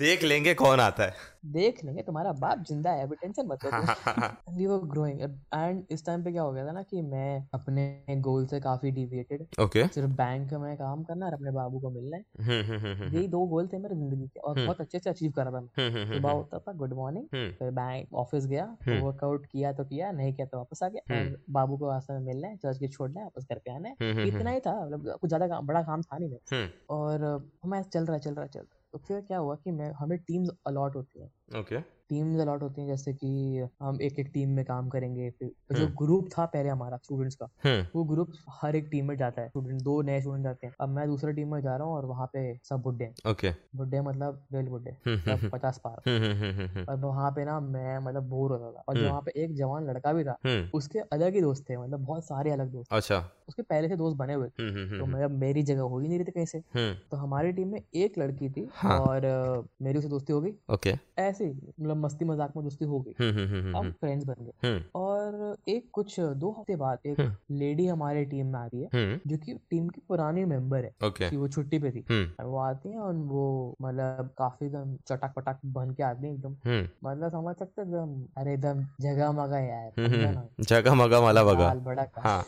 Speaker 1: देख लेंगे कौन आता है [LAUGHS]
Speaker 2: देख लेंगे तुम्हारा बाप जिंदा है अभी टेंशन मत
Speaker 1: हाँ,
Speaker 2: लो तुम वी वर ग्रोइंग एंड इस टाइम पे क्या हो गया था ना कि मैं अपने गोल से काफी डिविएटेड
Speaker 1: ओके
Speaker 2: सिर्फ बैंक में काम करना और अपने बाबू को मिलना है
Speaker 1: हम्म,
Speaker 2: यही दो गोल थे मेरे जिंदगी के और बहुत अच्छे से अचीव कर रहा था मैं सुबह होता था गुड मॉर्निंग फिर बैंक ऑफिस गया
Speaker 1: हम्म।
Speaker 2: वर्कआउट किया तो किया नहीं किया तो वापस आ गया
Speaker 1: हम्म।
Speaker 2: और बाबू को रास्ते में मिलना है चर्च के छोड़ना है वापस घर पे आना है
Speaker 1: हम्म।
Speaker 2: इतना ही था मतलब कुछ ज्यादा काम बड़ा काम था नहीं मेरे से। और अ, मैं चल रहा है, चल रहा है, चल रहा है। तो फिर क्या हुआ कि मैं हमें टीम्स अलॉट होती हैं
Speaker 1: ओके
Speaker 2: टीम्स अलॉट होती हैं जैसे कि हम एक एक टीम में काम करेंगे फिर जो ग्रुप था पहले हमारा स्टूडेंट्स का
Speaker 1: हम्म,
Speaker 2: वो ग्रुप हर एक टीम में जाता है स्टूडेंट दो नए स्टूडेंट जाते हैं अब मैं दूसरे टीम में जा रहा हूँ और वहाँ पे सब बुड्ढे हैं
Speaker 1: ओके
Speaker 2: बुड्ढे मतलब रेल बुड्ढे
Speaker 1: हम्म,
Speaker 2: सब पचास पार और वहाँ पे ना मैं मतलब बोर होता था और जो
Speaker 1: हम्म।
Speaker 2: वहाँ पे एक जवान लड़का भी था उसके अलग ही दोस्त थे मतलब बहुत सारे अलग दोस्त
Speaker 1: अच्छा हम्म,
Speaker 2: उसके पहले से दोस्त बने हुए थे तो मतलब मेरी जगह हो ही नहीं रही थी कहीं से तो हमारी टीम में एक लड़की थी
Speaker 1: हाँ।
Speaker 2: और अ, मेरी उससे दोस्ती हो गई
Speaker 1: ओके
Speaker 2: ऐसे ही मतलब मस्ती मजाक में दोस्ती हो गई
Speaker 1: हम्म,
Speaker 2: हम फ्रेंड्स बन गए और एक कुछ दो हफ्ते बाद एक
Speaker 1: हाँ।
Speaker 2: लेडी हमारे टीम में आती है
Speaker 1: हम्म,
Speaker 2: जो कि टीम की पुरानी मेंबर है
Speaker 1: ओके
Speaker 2: कि वो छुट्टी पे थी
Speaker 1: हम्म,
Speaker 2: और वो आती है और वो मतलब काफी एकदम चटाक पटाक बन के आती है एकदम
Speaker 1: हम्म,
Speaker 2: मतलब समझ सकते हो एकदम अरे एकदम जगह मगा यार समझा ना
Speaker 1: जगह मगा माला हम्म, बगा
Speaker 2: लाल बड़ा का
Speaker 1: हाँ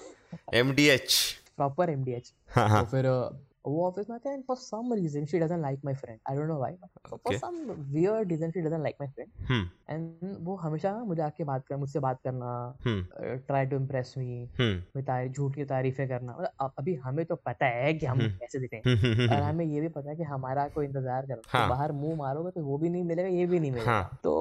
Speaker 1: M D H
Speaker 2: proper MDH
Speaker 1: हाँ
Speaker 2: तो
Speaker 1: हाँ
Speaker 2: फिर अ, वो ऑफिस में आते हैं for some reason she doesn't like my friend I don't know why for
Speaker 1: Okay.
Speaker 2: Some weird reason she doesn't like my friend
Speaker 1: hmm,
Speaker 2: and वो हमेशा ना मुझे आके बात कर मुझसे बात करना
Speaker 1: हम्म,
Speaker 2: ट्राई टू इम्प्रेस मी
Speaker 1: हम्म,
Speaker 2: मैं तारी झूठ की तारीफें करना मतलब अब- अभी हमें तो पता है कि हम
Speaker 1: हम्म।
Speaker 2: कैसे दिखेंगे
Speaker 1: हम्म, हम्म,
Speaker 2: और
Speaker 1: हम्म,
Speaker 2: हमें ये भी पता है कि हमारा कोई इंतजार कर रहा है।
Speaker 1: हाँ।
Speaker 2: तो बाहर मुंह मारोगे तो वो भी नहीं मिलेगा ये भी नहीं मिलेगा
Speaker 1: हाँ।
Speaker 2: तो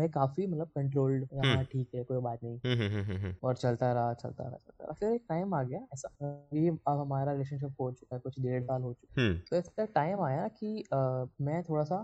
Speaker 2: मैं काफी मतलब कंट्रोल्ड
Speaker 1: हम्म।
Speaker 2: हाँ ठीक है कोई बात नहीं
Speaker 1: हम्म, हम्म, हम्म, हम्म,
Speaker 2: और चलता रहा चलता रहा चलता फिर एक टाइम आ गया ऐसा ये अब हमारा रिलेशनशिप हो चुका है कुछ डेढ़ साल हो चुका है
Speaker 1: हम्म
Speaker 2: तो ऐसा टाइम आया कि अ, मैं थोड़ा सा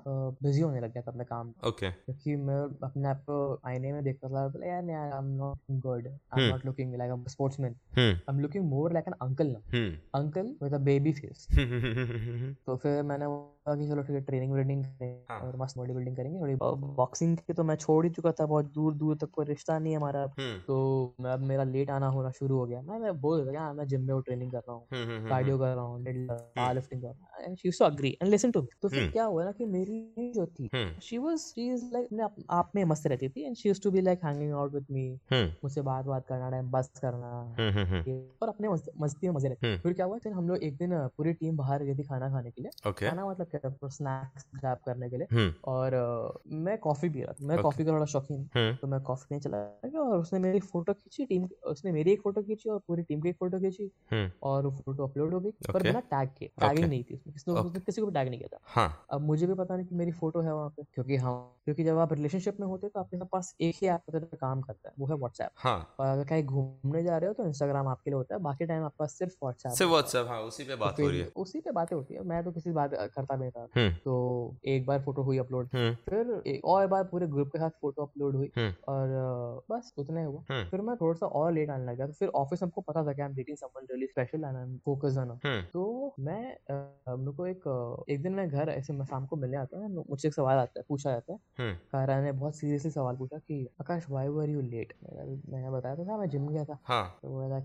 Speaker 2: बिजी होने लग गया था अपने काम में
Speaker 1: ओके
Speaker 2: क्योंकि मैं अपने आप को आईने में देखता था बोला यार यार I am not good I
Speaker 1: hmm.
Speaker 2: Am not looking like a sportsman
Speaker 1: hmm
Speaker 2: I am looking more like an uncle ना
Speaker 1: hmm
Speaker 2: uncle with a baby face
Speaker 1: hmm
Speaker 2: तो फिर मैंने बोला कि चलो ठीक है ट्रेनिंग वेनिंग करें
Speaker 1: हाँ।
Speaker 2: और मस्त बॉडी बिल्डिंग करेंगे थोड़ी बॉक्सिंग की तो मैं छोड़ ही चुका था बहुत दूर दूर तक कोई रिश्ता नहीं है हमारा
Speaker 1: हम्म
Speaker 2: तो मैं अब मेरा लेट आना होना शुरू हो गया मैं मैं बोल रहा था "हाँ, मैं जिम में वो ट्रेनिंग कर रहा हूँ
Speaker 1: हम्म, हम्म,
Speaker 2: कार्डियो कर रहा हूँ पावर लिफ्टिंग कर रहा हूँ and she agree and listen to me तो फिर
Speaker 1: हम्म।
Speaker 2: क्या हुआ ना कि मेरी जो थी
Speaker 1: hmm
Speaker 2: she was she is like अपने आप, आप में मस्त रहती थी and she used to be like hanging out with me
Speaker 1: hmm
Speaker 2: मुझसे बात बात करना टाइम बस करना
Speaker 1: हम्म हम्म,
Speaker 2: ये और अपने मस्त- मस्ती में मजे रहते
Speaker 1: हम्म।
Speaker 2: फिर क्या हुआ फिर हम लोग एक दिन अ, पूरी टीम बाहर गई थी खाना खाने के लिए
Speaker 1: ओके
Speaker 2: खाना मतलब क्या स्नैक्स ग्रैब करने के लिए
Speaker 1: हम्म
Speaker 2: और अ, मैं कॉफी पी रहा था मैं
Speaker 1: Okay.
Speaker 2: कॉफी का थोड़ा शौकीन हूँ
Speaker 1: हम्म
Speaker 2: तो मैं कॉफी में चला गया और उसने मेरी फोटो खींची टीम उसने मेरी एक फोटो खींची और पूरी टीम की एक फोटो खींची
Speaker 1: हम्म
Speaker 2: और वो फोटो अपलोड हो गई पर
Speaker 1: Okay.
Speaker 2: बिना टैग के टैगिंग
Speaker 1: Okay.
Speaker 2: नहीं थी उसमें किसी को उसने किसी को भी टैग नहीं किया था
Speaker 1: हाँ
Speaker 2: अब मुझे भी पता नहीं कि मेरी फोटो है वहाँ पे क्योंकि हाँ क्योंकि जब आप रिलेशनशिप में होते हो तो आपके पास एक ही ऐप होता है जो काम करता है वो है व्हाट्सएप
Speaker 1: हाँ
Speaker 2: और अगर कहीं घूमने जा रहे हो तो इंस्टाग्राम आपके लिए होता है बाकी टाइम आपके पास सिर्फ व्हाट्सएप
Speaker 1: सिर्फ व्हाट्सएप हाँ उसी पे बात हो रही है
Speaker 2: उसी पे बातें होती है मैं तो किसी से बात करता भी नहीं था
Speaker 1: हम्म
Speaker 2: तो एक बार फोटो हुई अपलोड
Speaker 1: हम्म
Speaker 2: फिर एक और बार पूरे ग्रुप के साथ फोटो अपलोड हुई
Speaker 1: हम्म।
Speaker 2: और अ, बस उतना ही हुआ
Speaker 1: हम्म।
Speaker 2: फिर मैं थोड़ा सा और लेट आने लगा तो फिर ऑफिस हमको पता था कि I am dating someone really special and I am focused on
Speaker 1: hmm
Speaker 2: तो मैं अ, हम लोग को एक अ, एक दिन मैं घर ऐसे मैं शाम को मिलने आता है मुझसे एक सवाल आता है पूछा जाता है
Speaker 1: हम्म
Speaker 2: कारा ने बहुत सीरियसली सवाल पूछा कि Akash why were you late मैंने बताया तो था मैं जिम गया था
Speaker 1: हाँ
Speaker 2: तो वो बोला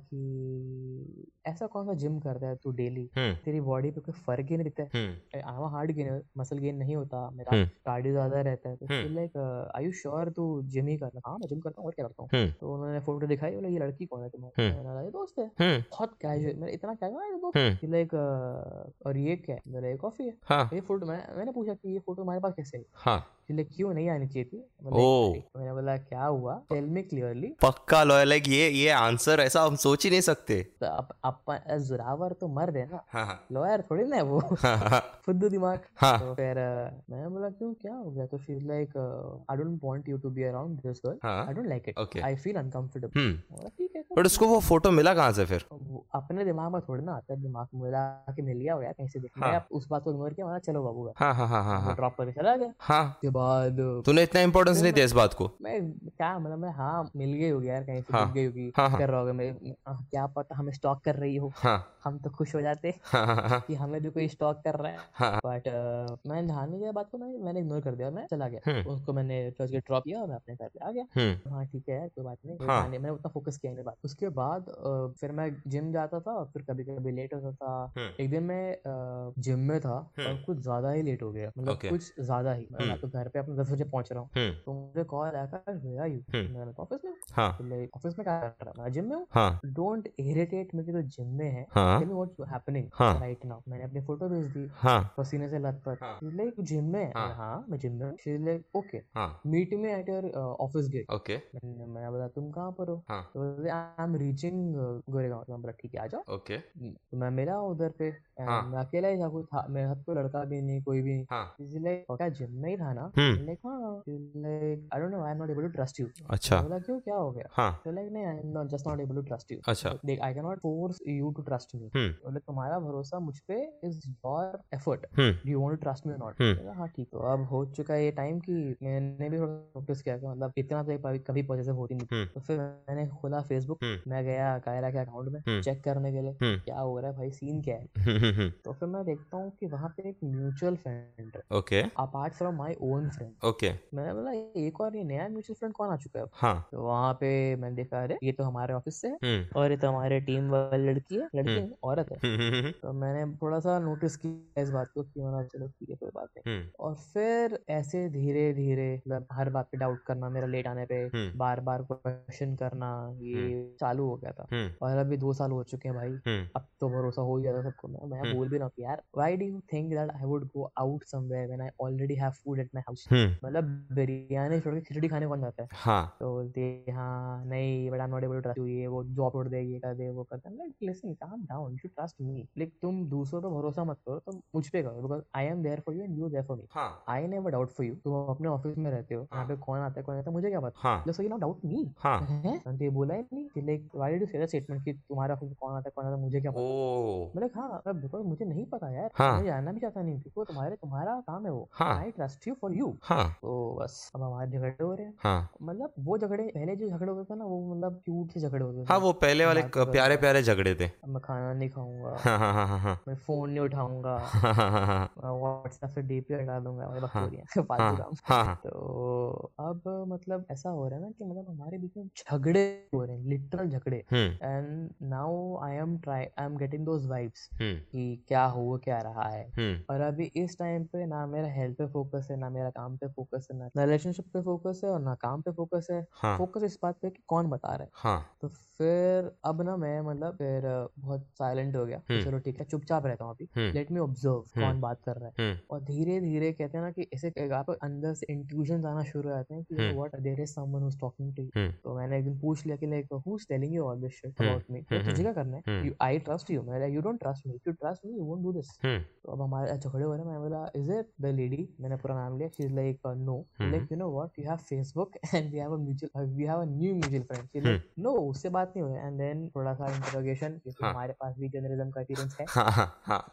Speaker 2: कि ऐसा कौन सा जिम करता है तू डेली
Speaker 1: हम्म
Speaker 2: तेरी बॉडी पे कोई फर्क ही नहीं दिखता है
Speaker 1: हम्म
Speaker 2: आवा हार्ड गेन मसल गेन नहीं होता मेरा
Speaker 1: हम्म।
Speaker 2: कार्डियो ज्यादा रहता है तो
Speaker 1: हम्म।
Speaker 2: लाइक आई यू श्योर तू जिम ही करना हाँ मैं जिम करता हूँ और क्या करता हूँ
Speaker 1: हम्म
Speaker 2: तो उन्होंने फोटो दिखाई बोला ये लड़की कौन है तुम्हारी
Speaker 1: हम्म।
Speaker 2: मैंने बोला, ये दोस्त है
Speaker 1: हम्म
Speaker 2: बहुत कैजुअल मेरा इतना कैजुअल
Speaker 1: हम्म
Speaker 2: है लाइक uh, और ये क्या है मेरा ये कॉफी है
Speaker 1: हाँ
Speaker 2: ये फोटो मैं मैंने पूछा कि ये फोटो हमारे पास कैसे आई
Speaker 1: हाँ
Speaker 2: लाइक क्यों नहीं आनी चाहिए थी बोला,
Speaker 1: ओ।
Speaker 2: "एक- एक-" मैंने बोला क्या हुआ टेल मी क्लियरली
Speaker 1: पक्का लॉयल लाइक ये ये आंसर ऐसा हम सोच ही नहीं सकते
Speaker 2: तो अपन जुरावर तो मर रहे ना
Speaker 1: हाँ हाँ
Speaker 2: लॉयर थोड़ी ना है वो [LAUGHS]
Speaker 1: हाँ हाँ,
Speaker 2: खुद दो दिमाग
Speaker 1: हाँ
Speaker 2: तो फिर अ, मैंने बोला क्यों क्या हो गया तो she like I don't want you to be around this girl I
Speaker 1: हाँ
Speaker 2: don't like it
Speaker 1: Okay.
Speaker 2: I feel uncomfortable
Speaker 1: hmm
Speaker 2: बोला ठीक है कोई
Speaker 1: बट उसको वो फोटो मिला कहाँ से फिर
Speaker 2: अब वो अपने दिमाग में थोड़ी ना आता है दिमाग में बोला कि मिल गया होगा कहीं से देख मैं
Speaker 1: हाँ।
Speaker 2: अब उस बात को इग्नोर किया मैंने कहा, चलो बाबू
Speaker 1: हाँ हाँ हाँ हाँ हाँ
Speaker 2: ड्रॉप करके चला गया
Speaker 1: हाँ
Speaker 2: उसके बाद अ,
Speaker 1: तूने इतना इम्पोर्टेंस
Speaker 2: फिर
Speaker 1: नहीं दिया इस बात को
Speaker 2: मैं क्या मतलब मैं हाँ मिल गई होगी यार कहीं से
Speaker 1: हाँ।
Speaker 2: मिल गई होगी
Speaker 1: हाँ हाँ
Speaker 2: कर रहा होगा मेरे अ, क्या पता हमें स्टॉक कर रही हो
Speaker 1: हाँ
Speaker 2: हम तो खुश हो जाते
Speaker 1: हाँ हाँ हाँ
Speaker 2: कि हमें भी कोई स्टॉक कर रहा है
Speaker 1: हाँ
Speaker 2: बट मैं ध्यान नहीं दिया बात को मैं मैंने इग्नोर कर दिया और मैं चला गया
Speaker 1: हम्म
Speaker 2: उसको मैंने चर्च गेट ड्रॉप किया और मैं अपने घर पे आ गया
Speaker 1: हम्म
Speaker 2: हाँ ठीक है यार कोई बात नहीं मैं
Speaker 1: हाँ।
Speaker 2: ध्यान नहीं- मैंने उतना फोकस किया नहीं बात उसके बाद अ, फिर मैं जिम जाता था और फिर कभी कभी लेट होता था
Speaker 1: हम्म
Speaker 2: एक दिन मैं जिम में था और
Speaker 1: हम्म।
Speaker 2: कुछ ज्यादा ही लेट हो गया मतलब
Speaker 1: Okay.
Speaker 2: कुछ ज्यादा ही मतलब मैं
Speaker 1: हम्म।
Speaker 2: तो घर पे अपने दस बजे पहुंच रहा हूँ
Speaker 1: हम्म
Speaker 2: तो मुझे कॉल आया था मेरा यू
Speaker 1: हम्म।
Speaker 2: मैंने कहा, ऑफिस में
Speaker 1: हाँ
Speaker 2: बोले, ऑफिस में क्या कर रहा मैं जिम में हूँ
Speaker 1: हाँ
Speaker 2: डोंट इरिटेट मी कि तो जिम में है
Speaker 1: हाँ
Speaker 2: टेल मी व्हाट्स हैपनिंग
Speaker 1: हाँ
Speaker 2: राइट नाउ मैंने अपनी फोटो भेज दी
Speaker 1: हाँ
Speaker 2: पसीने से लत पत
Speaker 1: हाँ।
Speaker 2: लाइक जिम में है
Speaker 1: हाँ।
Speaker 2: मैंने, हाँ मैं जिम में हूँ शी लाइक ओके
Speaker 1: हाँ
Speaker 2: meet me at your office gate
Speaker 1: okay
Speaker 2: uh, मैंने मैंने बोला तुम कहाँ पर हो
Speaker 1: हाँ
Speaker 2: तो बोले आई एम रीचिंग गोरेगांव तो मैं बोला ठीक है आ जाओ
Speaker 1: ओके
Speaker 2: हम्म, तो मैं मिला उधर पे
Speaker 1: हाँ।
Speaker 2: एंड मैं अकेला ही था कोई था मेरे साथ कोई लड़का भी नहीं कोई भी नहीं
Speaker 1: हाँ
Speaker 2: लाइक क्या जिम में ही था ना
Speaker 1: हम्म
Speaker 2: लाइक हाँ like I don't know I am not able to trust you
Speaker 1: अच्छा
Speaker 2: बोला क्यों क्या हो गया
Speaker 1: हाँ
Speaker 2: तो लाइक नहीं I am not just not able to trust you
Speaker 1: अच्छा
Speaker 2: देख I can not force you to trust me
Speaker 1: hmm
Speaker 2: बोले तुम्हारा भरोसा मुझ पे is your effort
Speaker 1: hmm
Speaker 2: do you want to trust me और नॉट
Speaker 1: हम्म।
Speaker 2: हाँ ठीक है तो अब हो चुका है ये टाइम कि मैंने भी थोड़ा नोटिस किया कि मतलब इतना तो कभी कभी पॉजिटिव होती नहीं
Speaker 1: हम्म
Speaker 2: तो फिर मैंने खोला फेसबुक
Speaker 1: हम्म
Speaker 2: मैं गया कायरा के अकाउंट में
Speaker 1: हम्म।
Speaker 2: चेक करने के लिए
Speaker 1: हम्म
Speaker 2: क्या हो रहा है भाई सीन क्या है
Speaker 1: हम्म हम्म हम्म।
Speaker 2: तो फिर मैं देखता हूँ कि वहाँ पे एक म्यूचुअल फ्रेंड है
Speaker 1: okay
Speaker 2: apart from my own friend
Speaker 1: okay
Speaker 2: मैंने बोला "ये एक और ये नया म्यूचुअल फ्रेंड कौन आ चुका है
Speaker 1: हाँ
Speaker 2: तो वहाँ पे मैंने देखा अरे ये तो हमारे ऑफिस से है
Speaker 1: हम्म
Speaker 2: और ये तो हमारे टीम वाली लड़की है लड़की
Speaker 1: हम्म।
Speaker 2: नहीं, औरत है
Speaker 1: हम्म हम्म हम्म
Speaker 2: तो मैंने थोड़ा सा नोटिस किया इस बात को कि मैंने चलो ठीक है कोई बात नहीं
Speaker 1: हम्म
Speaker 2: और फिर ऐसे धीरे धीरे मतलब हर बात पे डाउट करना मेरा लेट आने पे
Speaker 1: हम्म
Speaker 2: बार बार क्वेश्चन करना ये चालू हो गया था
Speaker 1: हम्म
Speaker 2: और अभी दो साल हो चुके हैं भाई
Speaker 1: हम्म
Speaker 2: अब तो भरोसा हो ही जाता है सबको मैं मैं
Speaker 1: हम्म।
Speaker 2: बोल भी रहा हूँ कि यार why do you think that I would go out somewhere when I already have food at my house
Speaker 1: hmm
Speaker 2: मतलब बिरयानी छोड़ के खिचड़ी खाने कौन जाता है
Speaker 1: हाँ
Speaker 2: तो बोलती है हाँ नहीं but I am not able to trust you ये वो जॉब छोड़ दे ये कर दे वो कर दे like listen calm down you trust me like तुम दूसरों पे भरोसा मत करो तुम मुझ पे करो because I am there for you and you there for me
Speaker 1: हाँ
Speaker 2: I never doubt for you तुम अपने ऑफिस में रहते हो यहाँ पे कौन आता है कौन आता है मुझे क्या पता
Speaker 1: हाँ
Speaker 2: just you know doubt me
Speaker 1: हाँ
Speaker 2: हैं तो ये बोला ही नहीं like why did you say that statement कि तुम्हारा ऑफिस में कौन आता है कौन आता है मुझे क्या पता
Speaker 1: ओ
Speaker 2: मतलब हाँ बिकॉज मुझे नहीं पता यार
Speaker 1: हाँ।
Speaker 2: मैं जानना भी चाहता नहीं वो तुम्हारे तुम्हारा काम है वो
Speaker 1: हाँ
Speaker 2: I trust you for you
Speaker 1: हाँ
Speaker 2: तो बस अब हमारे झगड़े हो रहे हैं
Speaker 1: हाँ
Speaker 2: मतलब वो झगड़े पहले जो झगड़े होते थे ना वो मतलब क्यूट से झगड़े होते थे
Speaker 1: हाँ वो पहले वाले
Speaker 2: बात
Speaker 1: क-
Speaker 2: करो।
Speaker 1: प्यारे प्यारे झगड़े थे
Speaker 2: अब मैं खाना नहीं खाऊंगा
Speaker 1: हाँ हाँ हाँ हाँ हाँ
Speaker 2: मैं फोन नहीं उठाऊंगा
Speaker 1: हाँ हाँ हाँ हाँ
Speaker 2: व्हाट्सएप से डीपी हटा दूंगा मैं
Speaker 1: हाँ,
Speaker 2: बकवास [LAUGHS] फालतू
Speaker 1: हाँ
Speaker 2: काम
Speaker 1: हाँ
Speaker 2: तो अब मतलब ऐसा हो रहा है ना कि मतलब हमारे बीच में झगड़े हो रहे हैं लिटरल झगड़े
Speaker 1: हम्म
Speaker 2: and now I am try I am getting those vibes
Speaker 1: hmm
Speaker 2: कि क्या हुआ क्या रहा है
Speaker 1: हम्म
Speaker 2: और अभी इस टाइम पे ना मेरा हेल्थ पे फोकस है ना मेरा काम पे फोकस है ना रिलेशनशिप पे फोकस है और ना काम पे फोकस है
Speaker 1: हाँ
Speaker 2: फोकस इस बात पे है कि कौन बता रहा है
Speaker 1: हाँ
Speaker 2: तो फिर अब ना मैं मतलब फिर अ, बहुत साइलेंट हो गया कि
Speaker 1: हम्म।
Speaker 2: चलो ठीक है चुपचाप रहता हूँ अभी
Speaker 1: हम्म
Speaker 2: लेट मी ऑब्जर्व
Speaker 1: हम्म।
Speaker 2: कौन बात कर रहा है
Speaker 1: हम्म
Speaker 2: और धीरे धीरे कहते हैं ना कि ऐसे एक आप अंदर से इंट्यूशन आना शुरू हो जाते हैं कि
Speaker 1: हम्म।
Speaker 2: What there is someone who is talking to you
Speaker 1: hmm
Speaker 2: तो मैंने एक दिन पूछ लिया कि like who is telling you all this shit
Speaker 1: hmm,
Speaker 2: about me तो
Speaker 1: हम्म,
Speaker 2: तुझे क्या करना है
Speaker 1: हम्म।
Speaker 2: यू आई ट्रस्ट यू मैं you don't trust me if you trust me you won't do this
Speaker 1: hmm
Speaker 2: तो अब हमारे झगड़े हो रहे हैं मैं बोला इज इट द लेडी मैंने पूरा नाम लिया "Uh, she is like no
Speaker 1: hmm.
Speaker 2: Like you know what you have [LAUGHS] Facebook and we have a mutual we have a new mutual friend she like no उससे बात नहीं हुई and then थोड़ा सा इंटरोगेशन क्योंकि
Speaker 1: हम्म। हाँ।
Speaker 2: हमारे पास भी जर्नलिज्म का एक्सपीरियंस है
Speaker 1: हाँ हाँ हाँ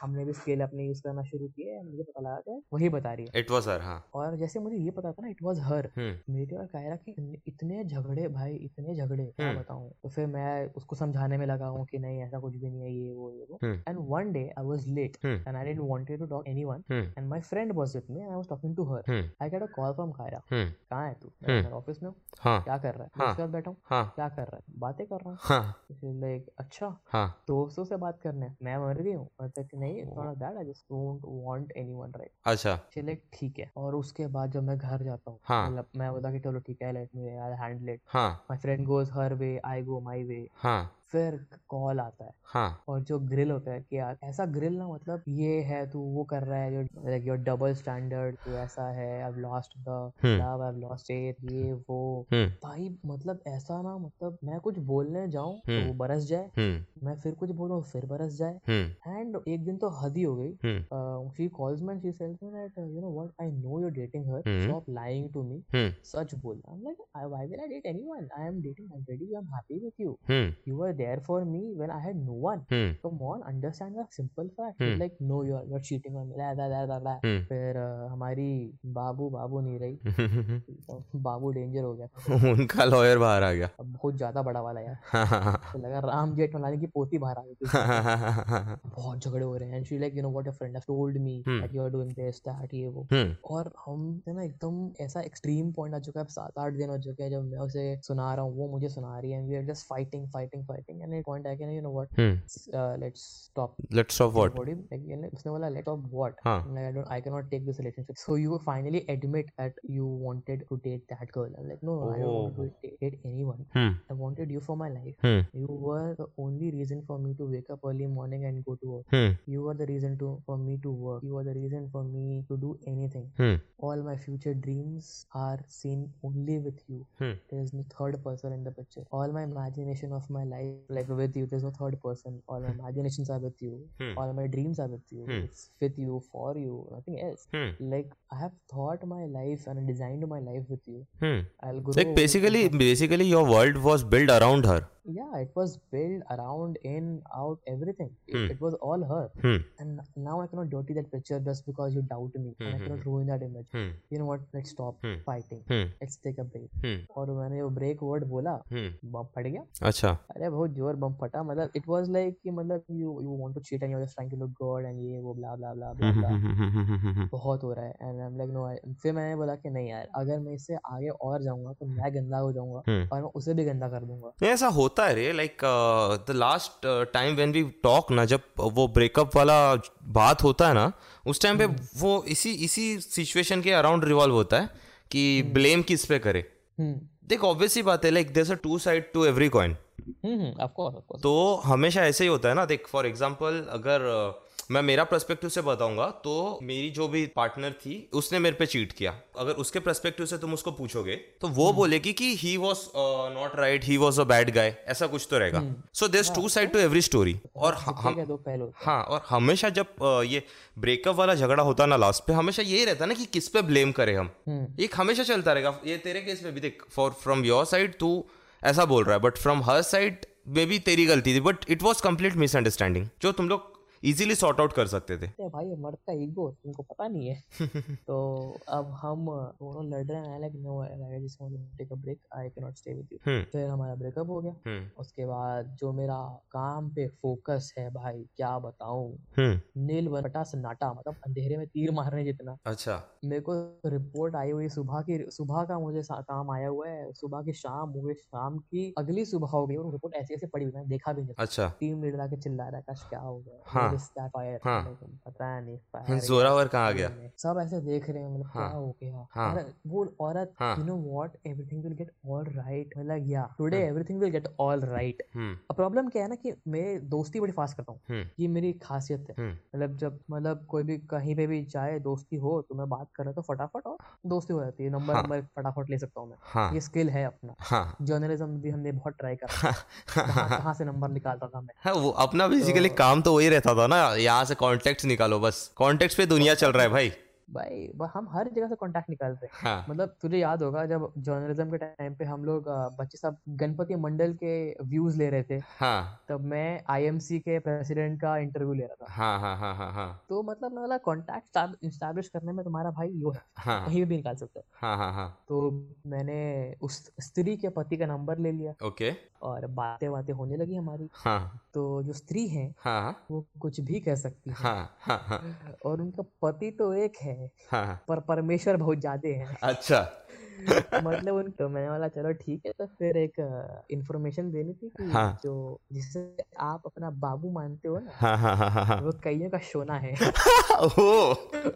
Speaker 2: हमने भी स्केल अपने यूज करना शुरू किया है मुझे पता लगा था वही बता रही है
Speaker 1: इट वाज हर हाँ
Speaker 2: और जैसे मुझे ये पता था ना इट वॉज हर
Speaker 1: हम्म
Speaker 2: मेरे और कायरा के इतने- इतने झगड़े भाई इतने झगड़े क्या
Speaker 1: हम्म।
Speaker 2: बताऊँ तो फिर मैं उसको समझाने में लगा हूँ कि नहीं ऐसा कुछ भी नहीं है ये वो ये वो
Speaker 1: hmm.
Speaker 2: And one day I was late
Speaker 1: hmm.
Speaker 2: And I didn't wanted to talk anyone
Speaker 1: hmm
Speaker 2: and my friend was with me I was talking to her
Speaker 1: hmm
Speaker 2: I get a call from Kaira
Speaker 1: hmm
Speaker 2: कहाँ है तू
Speaker 1: हम्म।
Speaker 2: मैं office में हूँ
Speaker 1: हाँ
Speaker 2: क्या कर रहा है मैं
Speaker 1: हाँ।
Speaker 2: उसके साथ बैठा हूँ
Speaker 1: हाँ
Speaker 2: क्या कर रहा है बातें कर रहा
Speaker 1: हाँ
Speaker 2: हूँ लाइक अच्छा
Speaker 1: हाँ
Speaker 2: दोस्तों से बात करना है मैं मर गई हूँ मतलब कि नहीं it's not that I just don't want anyone right
Speaker 1: अच्छा
Speaker 2: चले ठीक है और उसके बाद जब मैं घर जाता हूँ
Speaker 1: हाँ।
Speaker 2: मतलब मैं बोला कि चलो ठीक है let me I handle it
Speaker 1: हाँ
Speaker 2: my friend goes her way I go my way
Speaker 1: हाँ
Speaker 2: फिर कॉल आता है
Speaker 1: हाँ
Speaker 2: और जो ग्रिल होता है कि यार ऐसा ग्रिल ना मतलब ये है तू वो कर रहा है जो लाइक योर डबल स्टैंडर्ड तू ऐसा है I lost the
Speaker 1: hmm
Speaker 2: love I lost at ये वो
Speaker 1: हम्म
Speaker 2: भाई मतलब ऐसा ना मतलब मैं कुछ बोलने जाऊं तो
Speaker 1: हम्म।
Speaker 2: वो बरस जाए
Speaker 1: हम्म
Speaker 2: मैं फिर कुछ बोलूं तो फिर बरस जाए
Speaker 1: हम्म
Speaker 2: एंड एक दिन तो हद ही हो गई
Speaker 1: hmm
Speaker 2: uh, she calls me and she tells me that uh, you know what I know you're dating her.
Speaker 1: Hmm.
Speaker 2: Stop lying to me.
Speaker 1: Hmm
Speaker 2: Such bull. I'm like, I, why will I date anyone? I am dating already. I'm happy with you.
Speaker 1: Hmm
Speaker 2: You were there for me when I had no one.
Speaker 1: Hmm
Speaker 2: Come on, understand the simple fact. She's
Speaker 1: Hmm.
Speaker 2: like, no, you're you're cheating on me. La, la, la, la, la.
Speaker 1: Hmm
Speaker 2: फिर uh, हमारी बाबू बाबू नहीं रही
Speaker 1: हम्म, [LAUGHS]
Speaker 2: तो बाबू danger हो गया था।
Speaker 1: हम्म। उनका lawyer बाहर आ गया [LAUGHS]
Speaker 2: अब बहुत ज्यादा बड़ा वाला यार
Speaker 1: हाँ हाँ हाँ
Speaker 2: तो लगा राम जेठमलानी की पोती बाहर आ गई थी
Speaker 1: हाँ [LAUGHS] हाँ हाँ हाँ, हाँ।
Speaker 2: बहुत झगड़े हो रहे हैं and she like you know what your friend has told me
Speaker 1: Hmm.
Speaker 2: That you are doing this that ये वो
Speaker 1: हम्म
Speaker 2: और हम है ना एकदम ऐसा एक्सट्रीम पॉइंट आ चुका है अब सात आठ दिन हो चुके हैं जब मैं उसे सुना रहा हूँ वो मुझे सुना रही है we are just fighting fighting fighting end point आ गया you know what
Speaker 1: hmm
Speaker 2: let's stop
Speaker 1: let's stop what
Speaker 2: body उसने बोला लेट्स स्टॉप व्हाट
Speaker 1: हाँ
Speaker 2: I'm like, I don't, I cannot take this relationship. So you finally admit that you wanted to date that girl. I'm like, no, no, I don't want
Speaker 1: Oh.
Speaker 2: to date, date anyone.
Speaker 1: Hmm
Speaker 2: I wanted you for my life.
Speaker 1: Hmm
Speaker 2: You were the only reason for me to wake up early morning and go to work.
Speaker 1: Hmm
Speaker 2: You were the reason to for me to work. You were the reason for me to do anything.
Speaker 1: Hmm
Speaker 2: All my future dreams are seen only with you.
Speaker 1: Hmm
Speaker 2: There is no third person in the picture. All my imagination of my life, like with you, there's no third person. All my imaginations are with you.
Speaker 1: Hmm
Speaker 2: All my dreams are with you.
Speaker 1: Hmm.
Speaker 2: It's with you, for you, nothing else.
Speaker 1: Hmm
Speaker 2: Like I have thought my life and designed my life with you.
Speaker 1: Hmm
Speaker 2: I'll grow.
Speaker 1: like
Speaker 2: over this
Speaker 1: basically
Speaker 2: and-
Speaker 1: basically your world was built around her
Speaker 2: Yeah, it was built around, in, out, everything. It,
Speaker 1: Hmm.
Speaker 2: it was all her.
Speaker 1: hmm
Speaker 2: And now I cannot dirty that picture just because you doubt me, and I
Speaker 1: Hmm,
Speaker 2: cannot
Speaker 1: hmm,
Speaker 2: ruin that image.
Speaker 1: hmm
Speaker 2: You know what? Let's stop
Speaker 1: Hmm.
Speaker 2: fighting.
Speaker 1: hmm
Speaker 2: Let's take a break.
Speaker 1: hmm
Speaker 2: और मैंने वो break word बोला
Speaker 1: hmm
Speaker 2: बम फट गया
Speaker 1: अच्छा
Speaker 2: अरे बहुत जोर बम फटा मतलब इट वाज लाइक कि मतलब you you want to cheat and you are just trying to look good and ये वो blah blah blah blah
Speaker 1: hmm
Speaker 2: blah
Speaker 1: hmm हम्म हम्म हम्म हम्म, हम्म,
Speaker 2: बहुत हो रहा है and I am like no फिर मैंने बोला कि नहीं यार अगर मैं इससे आगे और जाऊंगा तो मैं गंदा हो जाऊंगा
Speaker 1: हम्म
Speaker 2: और मैं उसे भी गंदा कर दूंगा
Speaker 1: नहीं, ऐसा होता है रे uh, like the last time when we talk ना जब वो ब्रेकअप वाला बात होता है ना उस टाइम पे वो इसी इसी सिचुएशन के अराउंड रिवॉल्व होता है कि ब्लेम किस पे करे
Speaker 2: हम्म
Speaker 1: देख ऑब्वियसली बात है like there a two side to every coin
Speaker 2: hmm of course of course
Speaker 1: तो हमेशा ऐसे ही होता है ना देख फॉर एग्जाम्पल अगर अ, मैं मेरा पर्सपेक्टिव से बताऊंगा तो मेरी जो भी पार्टनर थी उसने मेरे पे चीट किया अगर उसके पर्सपेक्टिव से तुम उसको पूछोगे तो वो बोलेगी कि he was not right he was a bad guy ऐसा कुछ तो रहेगा so there two side to every story और ह- हम
Speaker 2: क्या दो पहलू होते
Speaker 1: हाँ और हमेशा जब अ, ये ब्रेकअप वाला झगड़ा होता ना लास्ट पे हमेशा यही रहता ना कि किस पे ब्लेम करें हम एक हमेशा चलता रहेगा ये तेरे केस में भी देख फॉर फ्रॉम योर साइड तू ऐसा बोल रहा है बट फ्रॉम हर साइड मे भी तेरी गलती थी but it was complete misunderstanding जो तुम लोग इजीली सॉर्ट आउट कर सकते थे
Speaker 2: हैं भाई मर्द का ईगो तुमको पता नहीं
Speaker 1: [LAUGHS]
Speaker 2: है तो अब हम दोनों लड़ रहे हैं like no I just want to take a break I can not stay with you
Speaker 1: hmm
Speaker 2: फिर हमारा ब्रेकअप हो गया
Speaker 1: हम्म
Speaker 2: उसके बाद जो मेरा काम पे फोकस है भाई क्या बताऊं
Speaker 1: हम्म
Speaker 2: नील बटा सन्नाटा मतलब अंधेरे में तीर मारने जितना
Speaker 1: अच्छा
Speaker 2: मेरे को रिपोर्ट आई हुई सुबह की सुबह का मुझे सा- काम आया हुआ है सुबह की शाम हो गई शाम की अगली सुबह हो गई और रिपोर्ट ऐसी ऐसी पड़ी हुई है, मैंने देखा भी नहीं
Speaker 1: अच्छा
Speaker 2: टीम लीडर आके चिल्ला रहा है काश क्या हो गया
Speaker 1: हाँ,
Speaker 2: Where is that fire?
Speaker 1: हाँ।
Speaker 2: मैंने कहा, पता नहीं fire
Speaker 1: जोरावर कहाँ आ
Speaker 2: किस
Speaker 1: गया
Speaker 2: में है। सब ऐसे देख रहे हैं मतलब क्या
Speaker 1: हाँ,
Speaker 2: हो गया
Speaker 1: हाँ।
Speaker 2: और वो औरत
Speaker 1: हाँ।
Speaker 2: You know what everything will get all right मतलब या today everything will get all right
Speaker 1: hmm
Speaker 2: problem क्या है ना कि मैं दोस्ती बड़ी फास्ट करता हूँ
Speaker 1: हम्म
Speaker 2: ये मेरी खासियत है
Speaker 1: हम्म
Speaker 2: मतलब जब मतलब कोई भी कहीं पे भी जाए दोस्ती हो तो मैं बात कर रहा तो फटाफट और दोस्ती हो जाती है नंबर
Speaker 1: हाँ।
Speaker 2: नंबर फटाफट ले सकता हूँ मैं
Speaker 1: हाँ
Speaker 2: ये स्किल है अपना
Speaker 1: हाँ [LAUGHS]
Speaker 2: जर्नलिज्म भी हमने बहुत ट्राई करा कहाँ कहाँ से नंबर निकालता था मैं
Speaker 1: हाँ, वो अपना बेसिकली काम तो वही रहता था ना यहाँ से कॉन्टेक्ट निकालो बस कॉन्टेक्ट पे दुनिया चल रहा है भाई
Speaker 2: भाई ब- हम हर जगह से कांटेक्ट निकालते हैं
Speaker 1: हाँ
Speaker 2: मतलब तुझे याद होगा जब जर्नलिज्म के टाइम पे हम लोग अ, बच्चे साहब गणपति मंडल के व्यूज ले रहे थे
Speaker 1: हाँ
Speaker 2: तब मैं आईएमसी के प्रेसिडेंट का इंटरव्यू ले रहा था
Speaker 1: हाँ हाँ हाँ हाँ हाँ
Speaker 2: तो मतलब मैं बोला कांटेक्ट इस्टेब्लिश करने में तुम्हारा भाई यो है
Speaker 1: हाँ
Speaker 2: कहीं भी निकाल सकता है
Speaker 1: हाँ हाँ हाँ
Speaker 2: तो मैंने उस स्त्री के पति का नंबर ले लिया
Speaker 1: ओके
Speaker 2: और बातें बातें होने लगी हमारी
Speaker 1: हाँ
Speaker 2: तो जो स्त्री है
Speaker 1: हाँ
Speaker 2: वो कुछ भी कह सकती है
Speaker 1: हाँ हाँ हाँ
Speaker 2: और उनका पति तो एक है
Speaker 1: हाँ
Speaker 2: पर परमेश्वर बहुत ज्यादा है
Speaker 1: अच्छा
Speaker 2: मतलब उन तो मैंने बोला चलो ठीक है तो फिर एक इंफॉर्मेशन देनी थी कि
Speaker 1: हाँ।
Speaker 2: जो जिसे आप अपना बाबू मानते हो ना
Speaker 1: हाँ हाँ हाँ हाँ हाँ
Speaker 2: वो कईयों का सोना है
Speaker 1: ओ